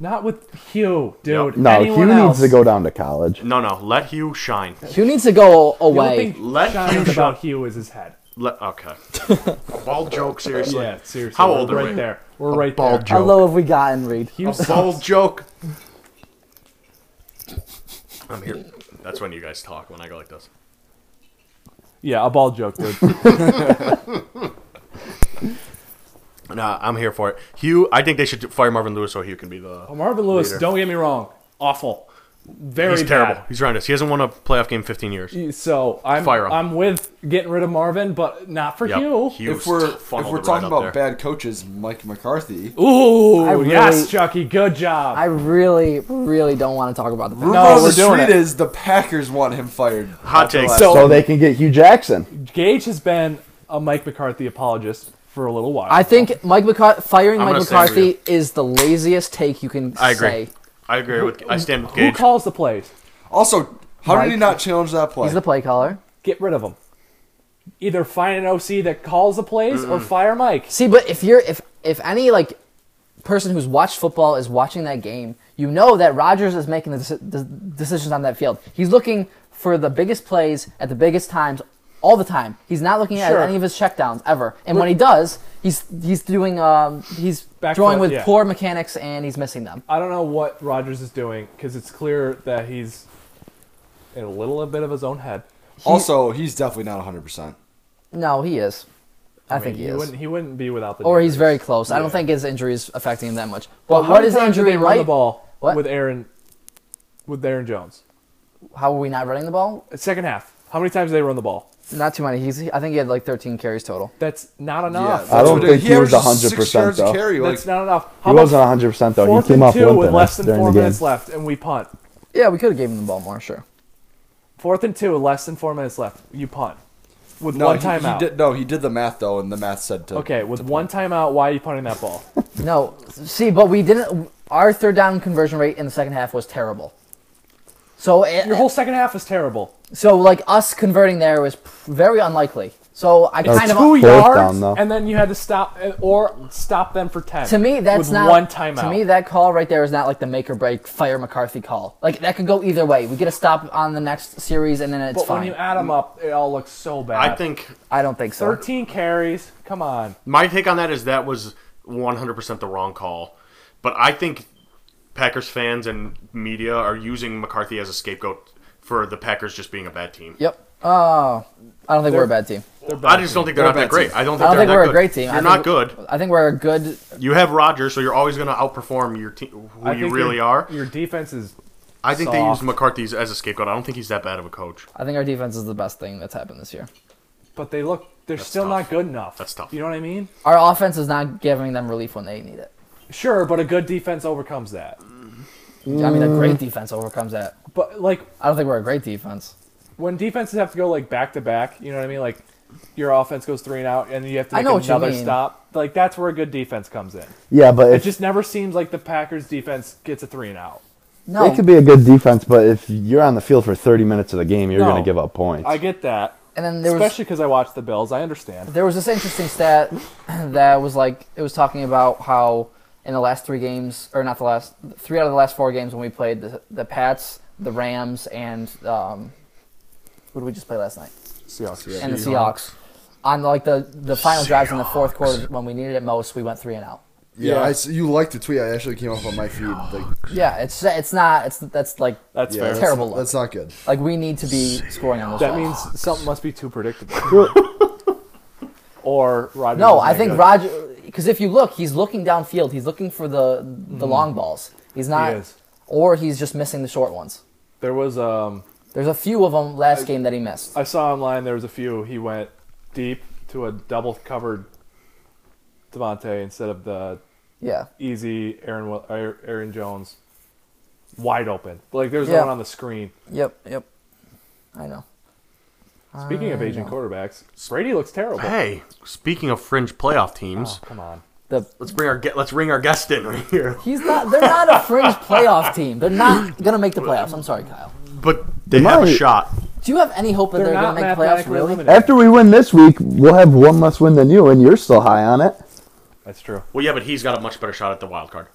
Speaker 4: Not with Hugh, dude.
Speaker 2: Yep.
Speaker 1: No,
Speaker 4: Anyone
Speaker 1: Hugh
Speaker 4: else.
Speaker 1: needs to go down to college.
Speaker 2: no, no. Let Hugh shine.
Speaker 5: Hugh needs to go
Speaker 4: The only
Speaker 5: away.
Speaker 4: thing
Speaker 2: Let
Speaker 4: shines
Speaker 2: Hugh
Speaker 4: about Hugh is his head.
Speaker 2: Let, okay. a bald joke, seriously.
Speaker 4: Yeah, seriously.
Speaker 2: How
Speaker 4: we're
Speaker 2: old are
Speaker 4: right
Speaker 2: we?
Speaker 4: there? We're right
Speaker 2: bald
Speaker 4: there.
Speaker 2: joke.
Speaker 5: How low have we gotten, Reed?
Speaker 4: Hugh
Speaker 2: A
Speaker 4: sucks.
Speaker 2: bald joke. I'm here. That's when you guys talk when I go like this.
Speaker 4: Yeah, a bald joke, dude.
Speaker 2: Nah, I'm here for it. Hugh, I think they should fire Marvin Lewis so Hugh can be the.
Speaker 4: Marvin Lewis,
Speaker 2: Leader.
Speaker 4: don't get me wrong, awful, very
Speaker 2: He's terrible.
Speaker 4: bad.
Speaker 2: He's horrendous. He hasn't won a playoff game in 15 years.
Speaker 4: So I'm
Speaker 2: Fire him.
Speaker 4: I'm with getting rid of Marvin, but not for
Speaker 2: Yep.
Speaker 4: Hugh.
Speaker 2: Hugh's
Speaker 3: If we're
Speaker 2: t-
Speaker 3: if
Speaker 2: funneled
Speaker 3: we're
Speaker 2: right
Speaker 3: talking
Speaker 2: up there.
Speaker 3: about bad coaches, Mike McCarthy.
Speaker 4: Ooh,
Speaker 5: I really-
Speaker 4: yes, Chucky, good job.
Speaker 5: I really, really don't want to talk about the Bengals.
Speaker 3: Rumor
Speaker 4: No,
Speaker 3: on
Speaker 4: we're
Speaker 3: the
Speaker 4: doing
Speaker 3: street
Speaker 4: it.
Speaker 3: is the Packers want him fired.
Speaker 2: hot take.
Speaker 4: So-
Speaker 1: So they can get Hugh Jackson.
Speaker 4: Gage has been a Mike McCarthy apologist for a little while.
Speaker 5: I think Mike McCarthy firing
Speaker 2: I'm
Speaker 5: Mike
Speaker 2: gonna stand with
Speaker 5: McCarthy is the laziest take you can
Speaker 2: I agree.
Speaker 5: say.
Speaker 2: I agree with. I stand with
Speaker 4: Who
Speaker 2: Gage.
Speaker 4: calls the plays?
Speaker 3: Also, how did he
Speaker 5: Mike-
Speaker 3: not challenge that play?
Speaker 5: He's the play caller.
Speaker 4: Get rid of them. Either find an OC that calls the plays or fire Mike.
Speaker 5: See, but if you're if if any like person who's watched football is watching that game, you know that Rodgers is making the, deci- the decisions on that field. He's looking for the biggest plays at the biggest times all the time. He's not looking at
Speaker 4: Sure.
Speaker 5: any of his checkdowns ever. And when he does, he's he's doing um he's
Speaker 4: Back
Speaker 5: drawing
Speaker 4: foot,
Speaker 5: with
Speaker 4: yeah.
Speaker 5: poor mechanics and he's missing them.
Speaker 4: I don't know what Rogers is doing because it's clear that he's in a little bit of his own head.
Speaker 3: also, he's definitely not 100. percent
Speaker 5: No, he is. I, think he,
Speaker 4: he
Speaker 5: is.
Speaker 4: wouldn't. He wouldn't be without the.
Speaker 5: or he's
Speaker 4: Niners.
Speaker 5: very close. I don't
Speaker 4: Yeah.
Speaker 5: think his injury is affecting him that much.
Speaker 4: Well,
Speaker 5: But
Speaker 4: how
Speaker 5: what
Speaker 4: many
Speaker 5: is
Speaker 4: times did
Speaker 5: injury
Speaker 4: they run
Speaker 5: like?
Speaker 4: the ball
Speaker 5: What?
Speaker 4: with Aaron? With Aaron Jones,
Speaker 5: How are we not running the ball?
Speaker 4: second half. How many times did they run the ball?
Speaker 5: Not too many. He's I think he had like 13 carries total.
Speaker 4: That's not enough.
Speaker 1: I don't think he was
Speaker 3: Six
Speaker 1: 100%
Speaker 3: yards a
Speaker 1: though.
Speaker 3: carry. Like,
Speaker 4: That's not enough.
Speaker 1: He
Speaker 4: How about
Speaker 1: wasn't 100 percent though.
Speaker 4: fourth
Speaker 1: He came
Speaker 4: and
Speaker 1: up
Speaker 4: two with
Speaker 1: limping
Speaker 4: less than
Speaker 1: during
Speaker 4: four
Speaker 1: the game.
Speaker 4: minutes left, and we punt.
Speaker 5: Yeah, we could have given him the ball more, sure.
Speaker 4: Fourth and two with less than four minutes left, you punt with
Speaker 3: no,
Speaker 4: one
Speaker 3: he, he
Speaker 4: timeout.
Speaker 3: did, no, he did the math though, and the math said to.
Speaker 4: okay, with one timeout, why are you punting that ball?
Speaker 5: No, see, but we didn't. Our third down conversion rate in the second half was terrible. So, it,
Speaker 4: Your whole second half was terrible.
Speaker 5: so like us converting there was very unlikely. So I kind of uh,
Speaker 4: Two
Speaker 1: Fourth
Speaker 4: yards,
Speaker 1: down, though.
Speaker 4: and then you had to stop uh, or stop them for ten.
Speaker 5: to me that's
Speaker 4: with
Speaker 5: not
Speaker 4: one timeout.
Speaker 5: To me, that call right there is not like the make or break fire McCarthy call. Like that could go either way. We get a stop on the next series, and then it's
Speaker 4: but when
Speaker 5: fine.
Speaker 4: you add them up, it all looks so bad.
Speaker 2: I think
Speaker 5: I don't think so.
Speaker 4: 13 carries. Come on.
Speaker 2: my take on that is that was 100% the wrong call. But I think Packers fans and media are using McCarthy as a scapegoat for the Packers just being a bad team.
Speaker 5: Yep. Oh, I don't think we're a bad team.
Speaker 2: I just don't think they're,
Speaker 3: They're
Speaker 2: not that
Speaker 3: a bad team.
Speaker 2: great. I don't think,
Speaker 5: I don't think
Speaker 2: they're that
Speaker 5: we're
Speaker 2: good.
Speaker 5: a great team.
Speaker 2: You're
Speaker 5: I
Speaker 2: not
Speaker 5: think-
Speaker 2: good.
Speaker 5: I think we're a good.
Speaker 2: You have Rodgers, so you're always going to outperform your te- who
Speaker 4: I
Speaker 2: you
Speaker 4: think
Speaker 2: really
Speaker 4: your-
Speaker 2: are.
Speaker 4: Your defense is.
Speaker 2: I think they
Speaker 4: soft.
Speaker 2: used McCarthy as a scapegoat. I don't think he's that bad of a coach.
Speaker 5: I think our defense is the best thing that's happened this year.
Speaker 4: But they look. They're still
Speaker 2: tough.
Speaker 4: not good enough.
Speaker 2: That's tough.
Speaker 4: You know what I mean?
Speaker 5: Our offense is not giving them relief when they need it.
Speaker 4: Sure, but a good defense overcomes that.
Speaker 5: I mean, a great defense overcomes that.
Speaker 4: But like
Speaker 5: I don't think we're a great defense.
Speaker 4: when defenses have to go like back to back, you know what I mean? Like your offense goes three and out, and you have to
Speaker 5: I
Speaker 4: make
Speaker 5: know what you
Speaker 4: another
Speaker 5: mean.
Speaker 4: stop. Like that's where a good defense comes in.
Speaker 1: Yeah, but
Speaker 4: It
Speaker 1: if
Speaker 4: just never seems like the Packers defense gets a three and out.
Speaker 5: No,
Speaker 1: it could be a good defense, but if you're on the field for 30 minutes of the game, you're
Speaker 4: No.
Speaker 1: going to give up points.
Speaker 4: I get that,
Speaker 5: and then there was
Speaker 4: especially because I watched the Bills. I understand.
Speaker 5: there was this interesting stat that was like it was talking about how in the last three games, or not the last three out of the last four games when we played the the Pats, the Rams, and um, what did we just play last night?
Speaker 3: Seahawks.
Speaker 5: And the Seahawks. On like the the final drives in the fourth quarter when we needed it most, we went three and out.
Speaker 3: Yeah, I s you liked the tweet. I actually came up on my feed. Like,
Speaker 5: Yeah, it's it's not it's that's like
Speaker 4: That's
Speaker 3: yeah,
Speaker 4: fair.
Speaker 3: that's
Speaker 5: Terrible
Speaker 3: Not,
Speaker 5: look.
Speaker 3: that's not good.
Speaker 5: like we need to be scoring on those.
Speaker 4: That
Speaker 5: drives.
Speaker 4: means something must be too predictable. or Rodgers.
Speaker 5: No,
Speaker 4: is
Speaker 5: I
Speaker 4: not
Speaker 5: think
Speaker 4: good.
Speaker 5: Roger. Because if you look, he's looking downfield. He's looking for the the long balls. He's not,
Speaker 4: Mm. is.
Speaker 5: or he's just missing the short ones.
Speaker 4: there was um
Speaker 5: There's a few of them last game that he missed.
Speaker 4: I saw online there was a few he went deep to a double covered Devontae instead of the
Speaker 5: yeah,
Speaker 4: easy Aaron Wil- Ar- Aaron Jones wide open. Like there's
Speaker 5: Yeah.
Speaker 4: one on the screen.
Speaker 5: yep, yep. I know.
Speaker 4: Speaking of aging quarterbacks, Brady looks terrible.
Speaker 2: Hey, speaking of fringe playoff teams,
Speaker 5: Oh.
Speaker 4: Come on.
Speaker 5: The
Speaker 2: let's bring our ge- let's ring our guest in right here.
Speaker 5: he's not. They're not a fringe playoff team. They're not gonna make the playoffs. I'm sorry, Kyle.
Speaker 2: But they have a
Speaker 1: might-
Speaker 2: shot.
Speaker 5: Do you have any hope that
Speaker 4: They're,
Speaker 5: they're,
Speaker 4: not
Speaker 5: gonna make playoffs?
Speaker 4: mathematically
Speaker 5: Really?
Speaker 4: eliminated.
Speaker 1: After we win this week, we'll have one less win than you, and you're still high on it.
Speaker 4: That's true.
Speaker 2: Well, yeah, but he's got a much better shot at the wild card.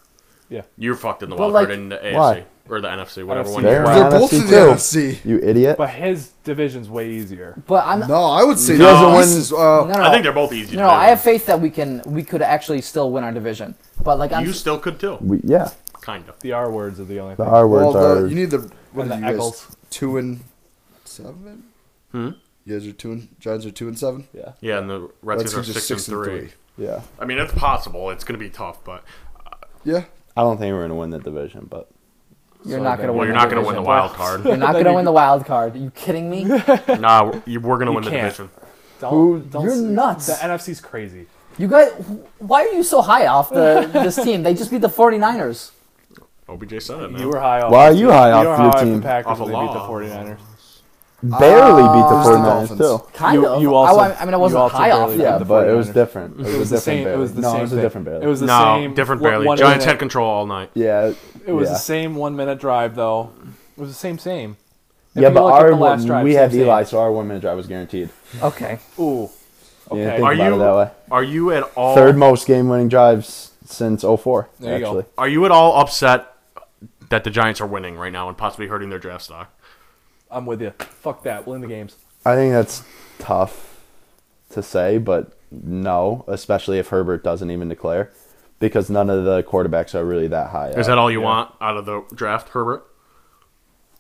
Speaker 4: Yeah.
Speaker 2: You're fucked in the wild
Speaker 5: like,
Speaker 2: card in the AFC
Speaker 1: why?
Speaker 2: or the NFC, whatever
Speaker 4: NFC.
Speaker 2: one.
Speaker 1: They're
Speaker 2: You're
Speaker 1: in
Speaker 2: in.
Speaker 3: They're
Speaker 1: the
Speaker 3: both
Speaker 1: NFC
Speaker 3: in the
Speaker 1: too.
Speaker 3: NFC.
Speaker 1: You idiot.
Speaker 4: But his division's way easier.
Speaker 5: But I'm. No,
Speaker 3: No, I would say
Speaker 1: No.
Speaker 3: no. This is, uh,
Speaker 5: no, no.
Speaker 2: I think they're both easy.
Speaker 5: No,
Speaker 2: divisions.
Speaker 5: I have faith that we can. We could actually still win our division. But like, I'm,
Speaker 2: You still could too,
Speaker 1: We, yeah,
Speaker 2: kind of.
Speaker 4: The R words are the only
Speaker 1: the
Speaker 4: thing.
Speaker 1: R words
Speaker 3: well,
Speaker 1: are.
Speaker 3: the, you need the what
Speaker 4: And
Speaker 3: are
Speaker 4: the
Speaker 3: you guys?
Speaker 4: Eccles.
Speaker 3: Two and seven. Hmm. You guys are two and Giants are two and seven.
Speaker 4: yeah.
Speaker 2: Yeah, and the Redskins are six, and three.
Speaker 1: yeah,
Speaker 2: I mean, it's possible. It's going to be tough, but
Speaker 3: Yeah.
Speaker 1: I don't think we're gonna win that division, but
Speaker 5: you're not gonna.
Speaker 2: well,
Speaker 5: win
Speaker 2: you're
Speaker 5: the
Speaker 2: not going to win the
Speaker 5: division.
Speaker 2: wild card.
Speaker 5: You're not gonna win the wild card. Are you kidding me?
Speaker 2: nah, we're- you- we're going to win the
Speaker 4: can't.
Speaker 2: division.
Speaker 4: Don't,
Speaker 1: Who-
Speaker 4: don't
Speaker 5: you're nuts.
Speaker 4: The NFC's crazy.
Speaker 5: You guys, wh- why are you so high off the, this team? They just beat the 49ers.
Speaker 2: OBJ said it. Man.
Speaker 4: You were high off.
Speaker 1: Why are you high off
Speaker 4: you were
Speaker 1: your
Speaker 4: high
Speaker 1: team?
Speaker 4: the Packers
Speaker 2: Off a
Speaker 4: when they beat the
Speaker 2: loss.
Speaker 4: 49ers.
Speaker 1: barely
Speaker 3: Who's Ah, the
Speaker 1: beat the 49ers
Speaker 3: Dolphins?
Speaker 1: too.
Speaker 5: Kind
Speaker 4: You-
Speaker 5: of.
Speaker 4: you also-
Speaker 5: oh, I, I mean, I
Speaker 4: you
Speaker 5: wasn't
Speaker 4: also
Speaker 5: high off.
Speaker 4: barely
Speaker 5: them.
Speaker 1: Yeah,
Speaker 4: the
Speaker 1: but it
Speaker 4: 49ers.
Speaker 1: was different. It was,
Speaker 4: It was
Speaker 1: a
Speaker 4: the
Speaker 1: different
Speaker 4: same.
Speaker 1: Barely.
Speaker 4: It was the
Speaker 1: no,
Speaker 4: same.
Speaker 1: it was a
Speaker 4: thing.
Speaker 1: different Barely.
Speaker 4: It was the
Speaker 2: no,
Speaker 4: same.
Speaker 2: different
Speaker 4: one-
Speaker 2: barely.
Speaker 4: one
Speaker 2: Giants
Speaker 4: minute-
Speaker 2: had control all night.
Speaker 1: yeah,
Speaker 4: It was
Speaker 1: yeah.
Speaker 4: the same one minute drive though. It was the same same. If
Speaker 1: Yeah,
Speaker 4: you
Speaker 1: but
Speaker 4: look at
Speaker 1: our
Speaker 4: the last
Speaker 1: one,
Speaker 4: drive,
Speaker 1: we
Speaker 4: same
Speaker 1: have Eli,
Speaker 4: thing.
Speaker 1: so our one minute drive was guaranteed.
Speaker 5: Okay.
Speaker 4: Ooh.
Speaker 1: You didn't
Speaker 4: Okay.
Speaker 1: think
Speaker 2: Are
Speaker 1: about
Speaker 2: you
Speaker 1: it that way.
Speaker 2: Are you at all
Speaker 1: Third most game winning drives since 04,
Speaker 4: There you go.
Speaker 1: actually.
Speaker 2: Are you at all upset that the Giants are winning right now and possibly hurting their draft stock?
Speaker 4: I'm with you. Fuck that. Win the games.
Speaker 1: I think that's tough to say, but no, especially if Herbert doesn't even declare, because none of the quarterbacks are really that high.
Speaker 2: Is
Speaker 1: up.
Speaker 2: that all you want out of the draft, Herbert?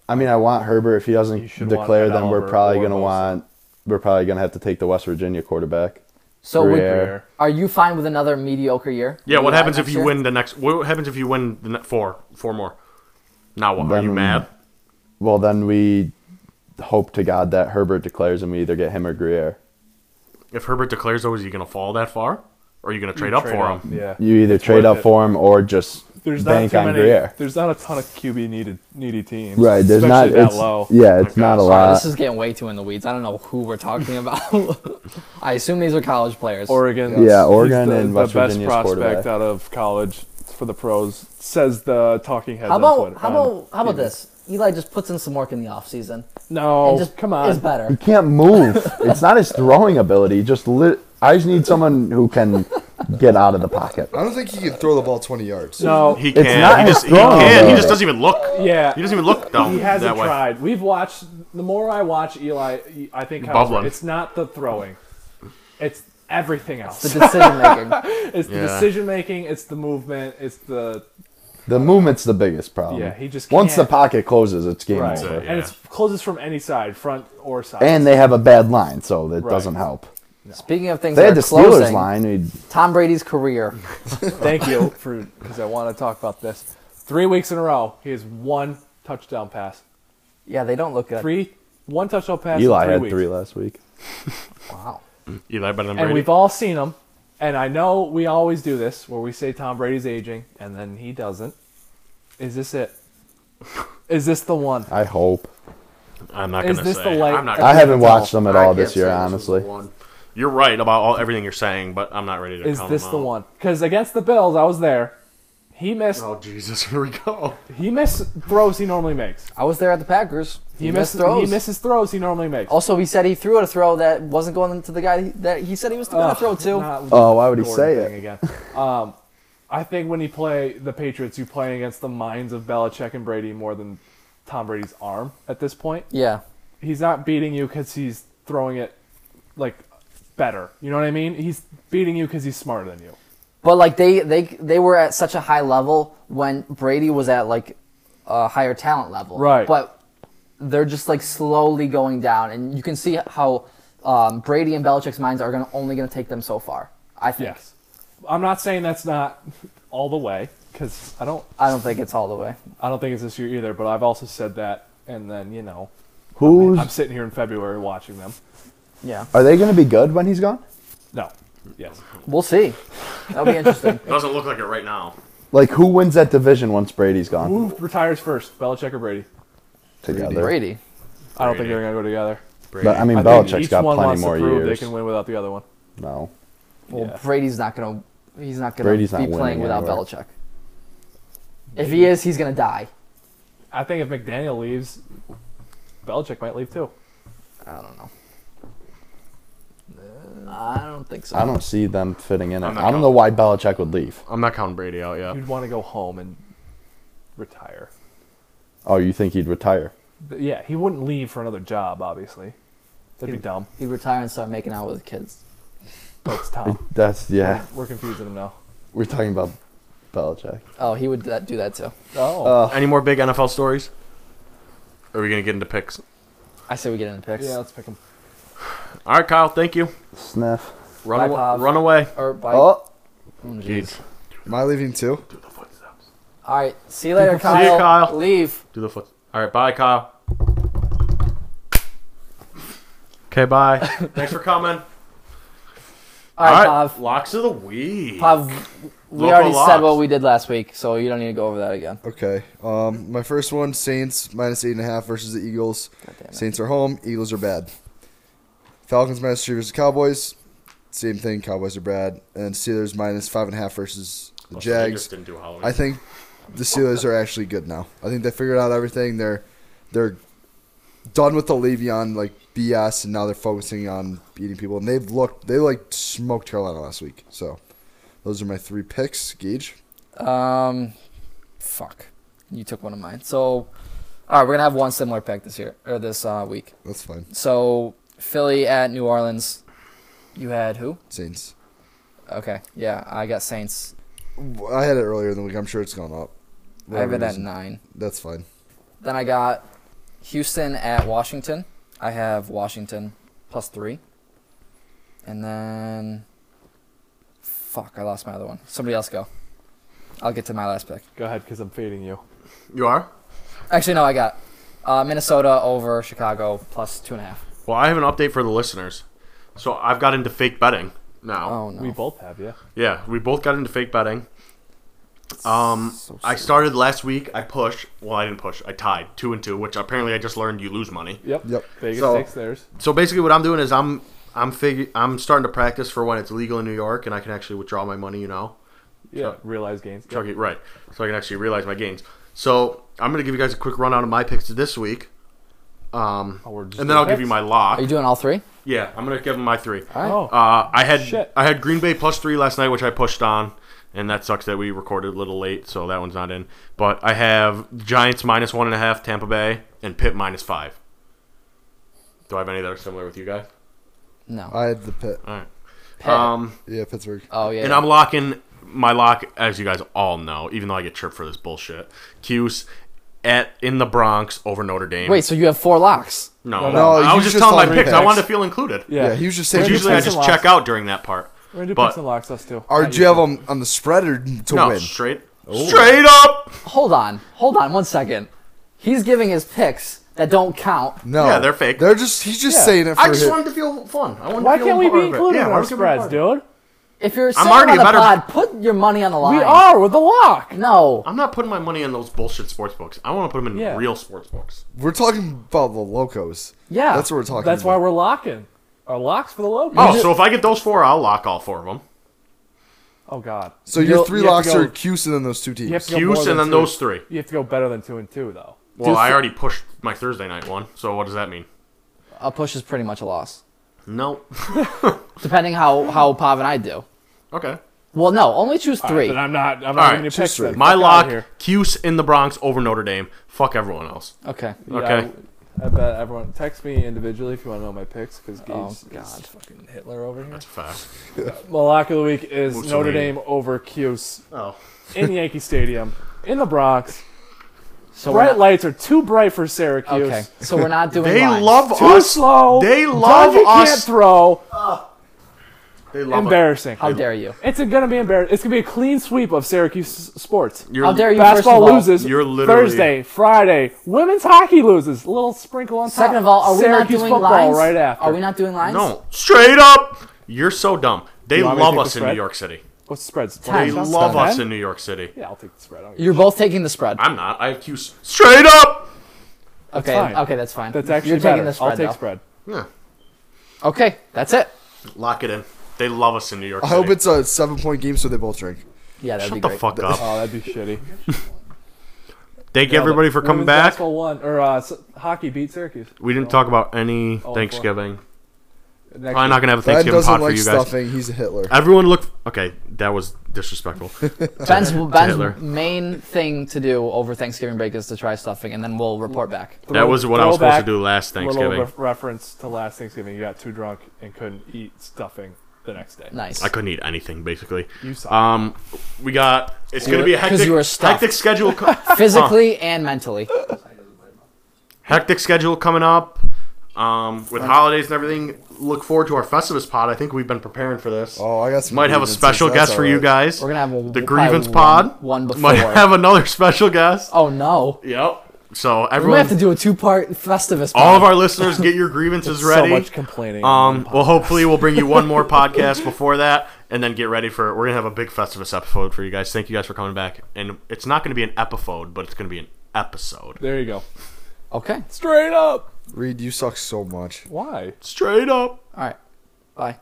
Speaker 1: I mean, I want Herbert. If he
Speaker 4: You
Speaker 1: doesn't
Speaker 4: should
Speaker 1: declare,
Speaker 4: want
Speaker 1: then we're
Speaker 4: Oliver
Speaker 1: probably
Speaker 4: or
Speaker 1: gonna
Speaker 4: Bosa.
Speaker 1: want. We're probably gonna have to take the West Virginia quarterback.
Speaker 5: So would-
Speaker 1: Greer.
Speaker 5: are you fine with another mediocre year?
Speaker 2: Yeah. What
Speaker 5: Eli
Speaker 2: happens if
Speaker 5: next
Speaker 2: you
Speaker 5: year?
Speaker 2: win the next? What happens if you win the ne- four? Four more. Now what? Are you
Speaker 1: Then-
Speaker 2: mad?
Speaker 1: Well, then we hope to God that Herbert declares, and we either get him or Greer.
Speaker 2: If Herbert declares, though, is he going to fall that far? Or are you going to trade up
Speaker 4: Trade
Speaker 2: for
Speaker 4: up,
Speaker 2: him?
Speaker 4: Yeah.
Speaker 1: You either trade
Speaker 4: worth
Speaker 1: up
Speaker 4: it.
Speaker 1: for him or just
Speaker 4: There's not
Speaker 1: bank
Speaker 4: too
Speaker 1: on
Speaker 4: many.
Speaker 1: Greer.
Speaker 4: There's not a ton of QB needed needy teams.
Speaker 1: Right. There's not.
Speaker 4: especially
Speaker 1: It's
Speaker 4: that low. Oh
Speaker 1: yeah. It's not a
Speaker 2: Sorry,
Speaker 1: lot.
Speaker 5: This is getting way too in the weeds. I don't know who we're talking about. I assume these are college players.
Speaker 4: Oregon.
Speaker 1: Yeah,
Speaker 4: he's
Speaker 1: Oregon
Speaker 4: the,
Speaker 1: and
Speaker 4: the
Speaker 1: West
Speaker 4: best
Speaker 1: Virginia's
Speaker 4: prospect
Speaker 1: quarterback.
Speaker 4: out of college for the pros says the talking heads.
Speaker 5: how
Speaker 4: on
Speaker 5: about
Speaker 4: Twitter, Um,
Speaker 5: how
Speaker 4: on
Speaker 5: about how about
Speaker 4: TV.
Speaker 5: this? Eli just puts in some work in the offseason.
Speaker 4: No,
Speaker 5: and just
Speaker 4: Oh, come on.
Speaker 5: is better.
Speaker 1: He can't move. it's not his throwing ability. He Just lit. I just need someone who can get out of the pocket.
Speaker 3: I don't think he can throw the ball twenty yards.
Speaker 4: No,
Speaker 2: He
Speaker 4: he,
Speaker 2: can.
Speaker 1: It's not
Speaker 2: he
Speaker 1: his
Speaker 2: just he
Speaker 1: throwing
Speaker 2: can. He
Speaker 1: ability.
Speaker 2: just doesn't even look.
Speaker 4: Yeah.
Speaker 2: He doesn't even look down
Speaker 4: hasn't
Speaker 2: that way.
Speaker 4: tried. We've watched. The more I watch Eli, I think Kyle's
Speaker 2: Bubbling.
Speaker 4: right. it's not the throwing, it's everything else.
Speaker 5: The decision making.
Speaker 4: It's the
Speaker 2: Yeah.
Speaker 4: decision making. It's the movement. It's the
Speaker 1: The movement's the biggest problem.
Speaker 4: Yeah, he just
Speaker 1: once the
Speaker 4: can't.
Speaker 1: pocket closes, it's game
Speaker 4: right,
Speaker 1: over.
Speaker 2: it, yeah.
Speaker 4: and it's closes from any side, front or side.
Speaker 1: And they have a bad line, so that doesn't help.
Speaker 5: Speaking of things
Speaker 1: They
Speaker 5: that
Speaker 1: had
Speaker 5: are
Speaker 1: the
Speaker 5: closing,
Speaker 1: Steelers line. We'd,
Speaker 5: Tom Brady's career.
Speaker 4: Thank you for because I want to talk about this. Three weeks in a row, he has one touchdown pass.
Speaker 5: Yeah, they don't look good.
Speaker 4: Three, one touchdown pass.
Speaker 1: Eli
Speaker 4: in three
Speaker 1: had
Speaker 4: weeks.
Speaker 1: three last week.
Speaker 5: Wow.
Speaker 2: Eli better than
Speaker 4: and
Speaker 2: Brady.
Speaker 4: we've all seen him. And I know we always do this, where we say Tom Brady's aging, and then he doesn't. Is this it? Is this the one?
Speaker 1: I hope.
Speaker 2: I'm not
Speaker 4: Is
Speaker 2: going to
Speaker 4: this
Speaker 2: say.
Speaker 4: the light-
Speaker 2: I'm not
Speaker 1: I
Speaker 2: gonna-
Speaker 1: haven't watched them at all this year, honestly.
Speaker 2: You're right about all everything you're saying, but I'm not ready to.
Speaker 4: Is
Speaker 2: call
Speaker 4: this
Speaker 2: him
Speaker 4: the
Speaker 2: out.
Speaker 4: one? Because against the Bills, I was there. He missed.
Speaker 2: Oh Jesus! Here we go.
Speaker 4: He missed throws he normally makes.
Speaker 5: I was there at the Packers.
Speaker 4: He, missed,
Speaker 5: throws.
Speaker 4: He misses throws he normally makes.
Speaker 5: Also, he said he threw at a throw that wasn't going to the guy that he said he was going to throw to.
Speaker 4: Not
Speaker 1: Oh, why would he
Speaker 4: Gordon
Speaker 1: say
Speaker 4: thing
Speaker 1: it?
Speaker 4: again? Um, I think when you play the Patriots, you play against the minds of Belichick and Brady more than Tom Brady's arm at this point.
Speaker 5: Yeah.
Speaker 4: He's not beating you because he's throwing it like better. You know what I mean? He's beating you because he's smarter than you.
Speaker 5: But like they they they were at such a high level when Brady was at like a higher talent level.
Speaker 4: Right.
Speaker 5: But they're just like slowly going down, and you can see how um, Brady and Belichick's minds are gonna only going to take them so far. I think.
Speaker 4: Yes. I'm not saying that's not all the way because I don't
Speaker 5: I don't think it's all the way.
Speaker 4: I don't think it's this year either. But I've also said that, and then you know,
Speaker 1: Who's
Speaker 4: I'm sitting here in February watching them.
Speaker 5: Yeah,
Speaker 1: are they going to be good when he's gone?
Speaker 4: No. Yes.
Speaker 5: we'll see. That'll be interesting.
Speaker 2: Doesn't look like it right now.
Speaker 1: Like who wins that division once Brady's gone?
Speaker 4: Who retires first, Belichick or Brady?
Speaker 1: together.
Speaker 5: Brady.
Speaker 4: I don't think
Speaker 2: Brady.
Speaker 4: they're gonna go together.
Speaker 1: But I mean,
Speaker 4: I think
Speaker 1: Belichick's
Speaker 4: each
Speaker 1: got
Speaker 4: one
Speaker 1: plenty
Speaker 4: wants
Speaker 1: more
Speaker 4: to prove
Speaker 1: years.
Speaker 4: They can win without the other one.
Speaker 1: No,
Speaker 5: Well,
Speaker 4: Yeah.
Speaker 5: Brady's not going to. He's not going
Speaker 1: Brady's
Speaker 5: to
Speaker 1: not
Speaker 5: be
Speaker 1: winning
Speaker 5: playing without
Speaker 1: anywhere.
Speaker 5: Belichick. If he is, he's going to die.
Speaker 4: I think if McDaniel leaves, Belichick might leave too.
Speaker 5: I don't know. I don't think so.
Speaker 1: I don't see them fitting in. it.
Speaker 2: I'm not
Speaker 1: I don't know why Belichick would leave.
Speaker 2: I'm not counting Brady out yet.
Speaker 4: You'd want to go home and retire.
Speaker 1: Oh, you think he'd retire?
Speaker 4: But yeah, he wouldn't leave for another job, obviously. That'd be dumb.
Speaker 5: He'd retire and start making out with kids.
Speaker 4: But it's Tom.
Speaker 1: That's yeah.
Speaker 4: We're confusing him now.
Speaker 1: We're talking about Belichick.
Speaker 5: Oh, he would that, do that too.
Speaker 4: Oh.
Speaker 2: Any more big NFL stories? Are we gonna get into picks?
Speaker 5: I say we get into picks.
Speaker 4: yeah, let's pick him.
Speaker 2: All right, Kyle. Thank you.
Speaker 1: Sniff.
Speaker 2: Run,
Speaker 5: Bye,
Speaker 2: awa-
Speaker 5: Pav.
Speaker 2: run away.
Speaker 5: Or by,
Speaker 1: Oh,
Speaker 2: Jeez.
Speaker 3: Am I leaving too?
Speaker 2: Do the footsteps.
Speaker 5: All right. See you later, Kyle.
Speaker 2: Kyle.
Speaker 5: Leave.
Speaker 2: Do the foot. All right. Bye, Kyle. Okay. Bye. Thanks for coming.
Speaker 5: All right, Pav.
Speaker 2: Locks of the week.
Speaker 5: Pav, we
Speaker 2: Local
Speaker 5: already said
Speaker 2: locks.
Speaker 5: what we did last week, so you don't need to go over that again.
Speaker 3: Okay. Um, my first one: Saints minus eight and a half versus the Eagles.
Speaker 5: damn it.
Speaker 3: Saints are home. Eagles are bad. Falcons minus three versus Cowboys. Same thing. Cowboys are bad. And Steelers minus five and a half versus the
Speaker 2: Las Vegas
Speaker 3: Jags.
Speaker 2: didn't do Halloween.
Speaker 3: I think the Steelers are actually good now. I think they figured out everything. They're they're done with the Le'Veon like BS, and now they're focusing on beating people. And they've looked. They like smoked Carolina last week. So those are my three picks. Gage.
Speaker 5: Um, fuck. You took one of mine. So, all right, we're gonna have one similar pick this year or this uh, week.
Speaker 3: That's fine.
Speaker 5: So Philly at New Orleans. You had who?
Speaker 3: Saints.
Speaker 5: Okay, yeah, I got Saints.
Speaker 3: I had it earlier in the week. I'm sure it's gone up.
Speaker 5: I have it at
Speaker 3: Whatever is-
Speaker 5: nine.
Speaker 3: That's fine.
Speaker 5: Then I got Houston at Washington. I have Washington plus three. And then, fuck, I lost my other one. Somebody else go. I'll get to my last pick.
Speaker 4: Go ahead, because I'm fading you.
Speaker 2: you are.
Speaker 5: Actually, no, I got uh, Minnesota over Chicago plus two and a half.
Speaker 2: Well, I have an update for the listeners. So I've got into fake betting now.
Speaker 5: Oh no.
Speaker 4: We both have you.
Speaker 2: Yeah, we both got into fake betting. Um,
Speaker 5: So
Speaker 2: I
Speaker 5: silly.
Speaker 2: started last week. I pushed. Well, I didn't push. I tied two and two, which apparently I just learned you lose money.
Speaker 4: Yep.
Speaker 3: Yep.
Speaker 4: Vegas
Speaker 2: So-
Speaker 4: takes theirs.
Speaker 2: So basically, what I'm doing is I'm I'm fig- I'm starting to practice for when it's legal in New York and I can actually withdraw my money. You know,
Speaker 4: Yeah. Realize gains.
Speaker 2: Chuck it right, so I can actually realize my gains. So I'm gonna give you guys a quick rundown of my picks this week. Um,
Speaker 4: Oh, we're
Speaker 2: and
Speaker 4: just
Speaker 2: then
Speaker 4: doing
Speaker 2: I'll give
Speaker 4: picks?
Speaker 2: you my lock.
Speaker 5: Are you doing all three?
Speaker 2: yeah, I'm gonna give them my three.
Speaker 4: Oh.
Speaker 2: Uh, I had
Speaker 4: Shit.
Speaker 2: I had Green Bay plus three last night, which I pushed on, and that sucks that we recorded a little late, so that one's not in. But I have Giants minus one and a half, Tampa Bay, and Pitt minus five. Do I have any that are similar with you guys?
Speaker 5: No.
Speaker 3: I had the pit.
Speaker 2: All right.
Speaker 5: Pitt.
Speaker 2: Um,
Speaker 3: Yeah, Pittsburgh.
Speaker 5: oh yeah.
Speaker 2: and I'm locking my lock, as you guys all know, even though I get chirped for this bullshit. Cuse at in the Bronx over Notre Dame.
Speaker 5: Wait, so you have four locks?
Speaker 2: no,
Speaker 3: no,
Speaker 2: I
Speaker 3: you
Speaker 2: was just,
Speaker 3: just
Speaker 2: telling my
Speaker 3: told me
Speaker 2: picks. I
Speaker 3: picks.
Speaker 2: wanted to feel included.
Speaker 3: Yeah, he was just saying.
Speaker 4: We're
Speaker 2: usually I
Speaker 4: picks and
Speaker 2: just
Speaker 4: locks.
Speaker 2: check out during that part.
Speaker 4: We're gonna do
Speaker 2: But-
Speaker 4: picks and locks, us too.
Speaker 3: Or
Speaker 4: Not
Speaker 3: do
Speaker 4: you.
Speaker 3: you have them on the spread or to
Speaker 2: No,
Speaker 3: win?
Speaker 2: straight, straight up.
Speaker 5: Hold on. Hold on one second. He's giving his picks that don't count.
Speaker 3: No,
Speaker 2: Yeah, they're fake.
Speaker 3: They're just. He's just
Speaker 4: Yeah.
Speaker 3: saying it for
Speaker 2: I just
Speaker 3: his-
Speaker 2: wanted to feel fun. I wanted
Speaker 4: Why
Speaker 2: to feel
Speaker 4: can't we
Speaker 2: part
Speaker 4: be
Speaker 2: of it.
Speaker 4: included
Speaker 2: yeah,
Speaker 4: in
Speaker 2: why
Speaker 4: our
Speaker 2: can't we be
Speaker 4: spreads,
Speaker 2: part of it?
Speaker 4: dude?
Speaker 5: If you're sitting
Speaker 2: already
Speaker 5: on
Speaker 2: a
Speaker 5: the
Speaker 2: better-
Speaker 5: pod, put your money on the line.
Speaker 4: We are. We're the lock.
Speaker 5: No.
Speaker 2: I'm not putting my money on those bullshit sports books. I want to put them in
Speaker 4: Yeah.
Speaker 2: real sports books.
Speaker 3: We're talking about the locos.
Speaker 5: Yeah.
Speaker 3: that's what we're talking.
Speaker 4: That's why
Speaker 3: about.
Speaker 4: we're locking. Our locks for the low.
Speaker 2: Oh, so if I get those four, I'll lock all four of them.
Speaker 4: Oh God.
Speaker 3: So your
Speaker 4: You'll-
Speaker 3: three
Speaker 4: you have
Speaker 3: locks
Speaker 4: to go-
Speaker 3: are Cuse and then those two teams.
Speaker 4: You have to go more
Speaker 2: Hughes
Speaker 4: than
Speaker 2: and then
Speaker 4: two.
Speaker 2: those three.
Speaker 4: You have to go better than two and two, though.
Speaker 2: Well,
Speaker 5: Do
Speaker 2: I
Speaker 5: th-
Speaker 2: already pushed my Thursday night one, so what does that mean?
Speaker 5: A push is pretty much a loss,
Speaker 2: No.
Speaker 5: depending how how Pav and I do.
Speaker 2: okay.
Speaker 5: Well, no, only choose
Speaker 4: All
Speaker 5: three.
Speaker 4: right, Then I'm not. I'm not
Speaker 2: right,
Speaker 4: giving you picks.
Speaker 3: three.
Speaker 4: Then.
Speaker 2: My
Speaker 4: Fuck outta
Speaker 2: lock,
Speaker 4: Here.
Speaker 2: Cuse in the Bronx over Notre Dame. Fuck everyone else.
Speaker 5: okay.
Speaker 4: Yeah,
Speaker 2: Okay.
Speaker 4: I, I bet everyone text me individually if you want to know my picks because Gage
Speaker 5: Oh,
Speaker 4: is
Speaker 5: God.
Speaker 4: fucking Hitler over here.
Speaker 2: That's a fact.
Speaker 4: My lock of the week is
Speaker 2: Mussolini.
Speaker 4: Notre Dame over Cuse
Speaker 2: Oh.
Speaker 4: in Yankee Stadium in the Bronx.
Speaker 5: So we're
Speaker 4: bright
Speaker 5: not-
Speaker 4: lights are too bright for Syracuse.
Speaker 5: Okay, so we're not doing.
Speaker 2: They
Speaker 5: lines.
Speaker 2: love
Speaker 4: Too
Speaker 2: us.
Speaker 4: slow.
Speaker 2: They love
Speaker 4: Dungy Can't
Speaker 2: us.
Speaker 4: throw.
Speaker 2: they love
Speaker 4: Embarrassing.
Speaker 5: How dare you?
Speaker 4: It's gonna be embarrassing. It's gonna be a clean sweep of Syracuse s- sports.
Speaker 2: You're,
Speaker 5: How dare you? first
Speaker 4: Basketball
Speaker 5: of all.
Speaker 4: loses.
Speaker 2: you're literally-
Speaker 4: Thursday, Friday. Women's hockey loses. A little sprinkle on top.
Speaker 5: Second of all, are we
Speaker 4: Syracuse
Speaker 5: not doing
Speaker 4: football
Speaker 5: lines?
Speaker 4: right after?
Speaker 5: Are we not doing lines?
Speaker 2: No, straight up. You're so dumb. They
Speaker 4: want me to
Speaker 2: love
Speaker 4: take
Speaker 2: us
Speaker 4: the
Speaker 2: in New
Speaker 4: spread?
Speaker 2: York City.
Speaker 4: What's the spreads?
Speaker 2: They
Speaker 5: Ten. That's
Speaker 2: love
Speaker 4: not
Speaker 2: us
Speaker 4: bad.
Speaker 2: in New York City.
Speaker 4: Yeah, I'll take the spread. I don't give
Speaker 5: You're both taking the spread.
Speaker 2: I'm not. I have Q s- straight up.
Speaker 5: okay,
Speaker 4: fine.
Speaker 5: okay, that's fine.
Speaker 4: a- That's actually
Speaker 5: You're taking
Speaker 4: better.
Speaker 5: the spread.
Speaker 4: I'll take
Speaker 5: though.
Speaker 4: spread.
Speaker 2: Yeah,
Speaker 5: Okay, that's it.
Speaker 2: lock it in. They love us in New York
Speaker 3: I
Speaker 2: City.
Speaker 3: hope it's a seven point game so they both drink.
Speaker 5: Yeah, that'd be
Speaker 2: Shut the
Speaker 5: great.
Speaker 2: fuck up.
Speaker 4: Oh, that'd be shitty.
Speaker 2: Thank you everybody for coming
Speaker 4: Women's
Speaker 2: back.
Speaker 4: Basketball won or uh, s- hockey beat Syracuse.
Speaker 2: We didn't talk about any
Speaker 4: boy.
Speaker 2: Thanksgiving.
Speaker 4: Next
Speaker 2: Probably not gonna have a
Speaker 3: Brad
Speaker 2: Thanksgiving
Speaker 3: doesn't
Speaker 2: pot for
Speaker 3: like
Speaker 2: you guys.
Speaker 3: stuffing. He's a Hitler.
Speaker 2: Everyone look. Okay, that was disrespectful.
Speaker 5: Ben's,
Speaker 2: Hitler.
Speaker 5: Ben's main thing to do over Thanksgiving break is to try stuffing, and then we'll report back.
Speaker 4: Throw-
Speaker 2: that was what I was supposed to
Speaker 4: throwback
Speaker 2: do last
Speaker 4: Little
Speaker 2: Thanksgiving.
Speaker 4: re- reference to last Thanksgiving. You got too drunk and couldn't eat stuffing the next day.
Speaker 5: Nice.
Speaker 2: I couldn't eat anything basically.
Speaker 4: You suck.
Speaker 2: Um, we got. It's gonna
Speaker 5: were-
Speaker 2: be a
Speaker 5: 'cause
Speaker 2: hectic,
Speaker 5: you were stuffed.
Speaker 2: hectic schedule. co-
Speaker 5: Physically and mentally.
Speaker 2: hectic schedule coming up. Um, with holidays and everything, look forward to our Festivus pod. I think we've been preparing for this.
Speaker 3: Oh, I got some.
Speaker 2: Might have a
Speaker 3: grievances,
Speaker 2: special
Speaker 3: that's
Speaker 2: guest for you
Speaker 3: alright.
Speaker 2: guys.
Speaker 5: We're gonna have a,
Speaker 2: the grievance
Speaker 5: probably
Speaker 2: pod.
Speaker 5: One, one before.
Speaker 2: Might have another special guest.
Speaker 5: oh no.
Speaker 2: Yep. So
Speaker 5: We might
Speaker 2: everyone,
Speaker 5: have to do a two-part Festivus.
Speaker 2: all of our listeners, get your grievances
Speaker 4: So
Speaker 2: ready.
Speaker 4: much complaining.
Speaker 2: Um, well, hopefully, we'll bring you one more podcast before that, and then get ready for. We're gonna have a big Festivus episode for you guys. Thank you guys for coming back, and it's not gonna be an episode, but it's gonna be an episode.
Speaker 4: there you go.
Speaker 5: okay.
Speaker 4: Straight up.
Speaker 3: Reed, you suck so much.
Speaker 4: Why?
Speaker 2: Straight up.
Speaker 5: All right. Bye.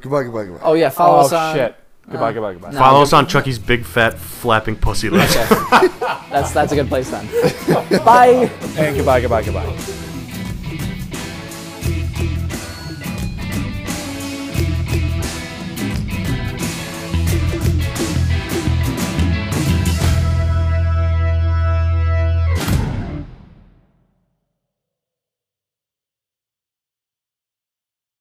Speaker 3: Goodbye, goodbye, goodbye.
Speaker 5: Oh yeah. Follow
Speaker 4: oh
Speaker 5: us on.
Speaker 4: shit. Goodbye. Goodbye. Goodbye.
Speaker 2: Follow us on Chucky's big fat flapping pussy lips.
Speaker 5: That's that's a good place then. Bye.
Speaker 4: And goodbye. Goodbye. Goodbye.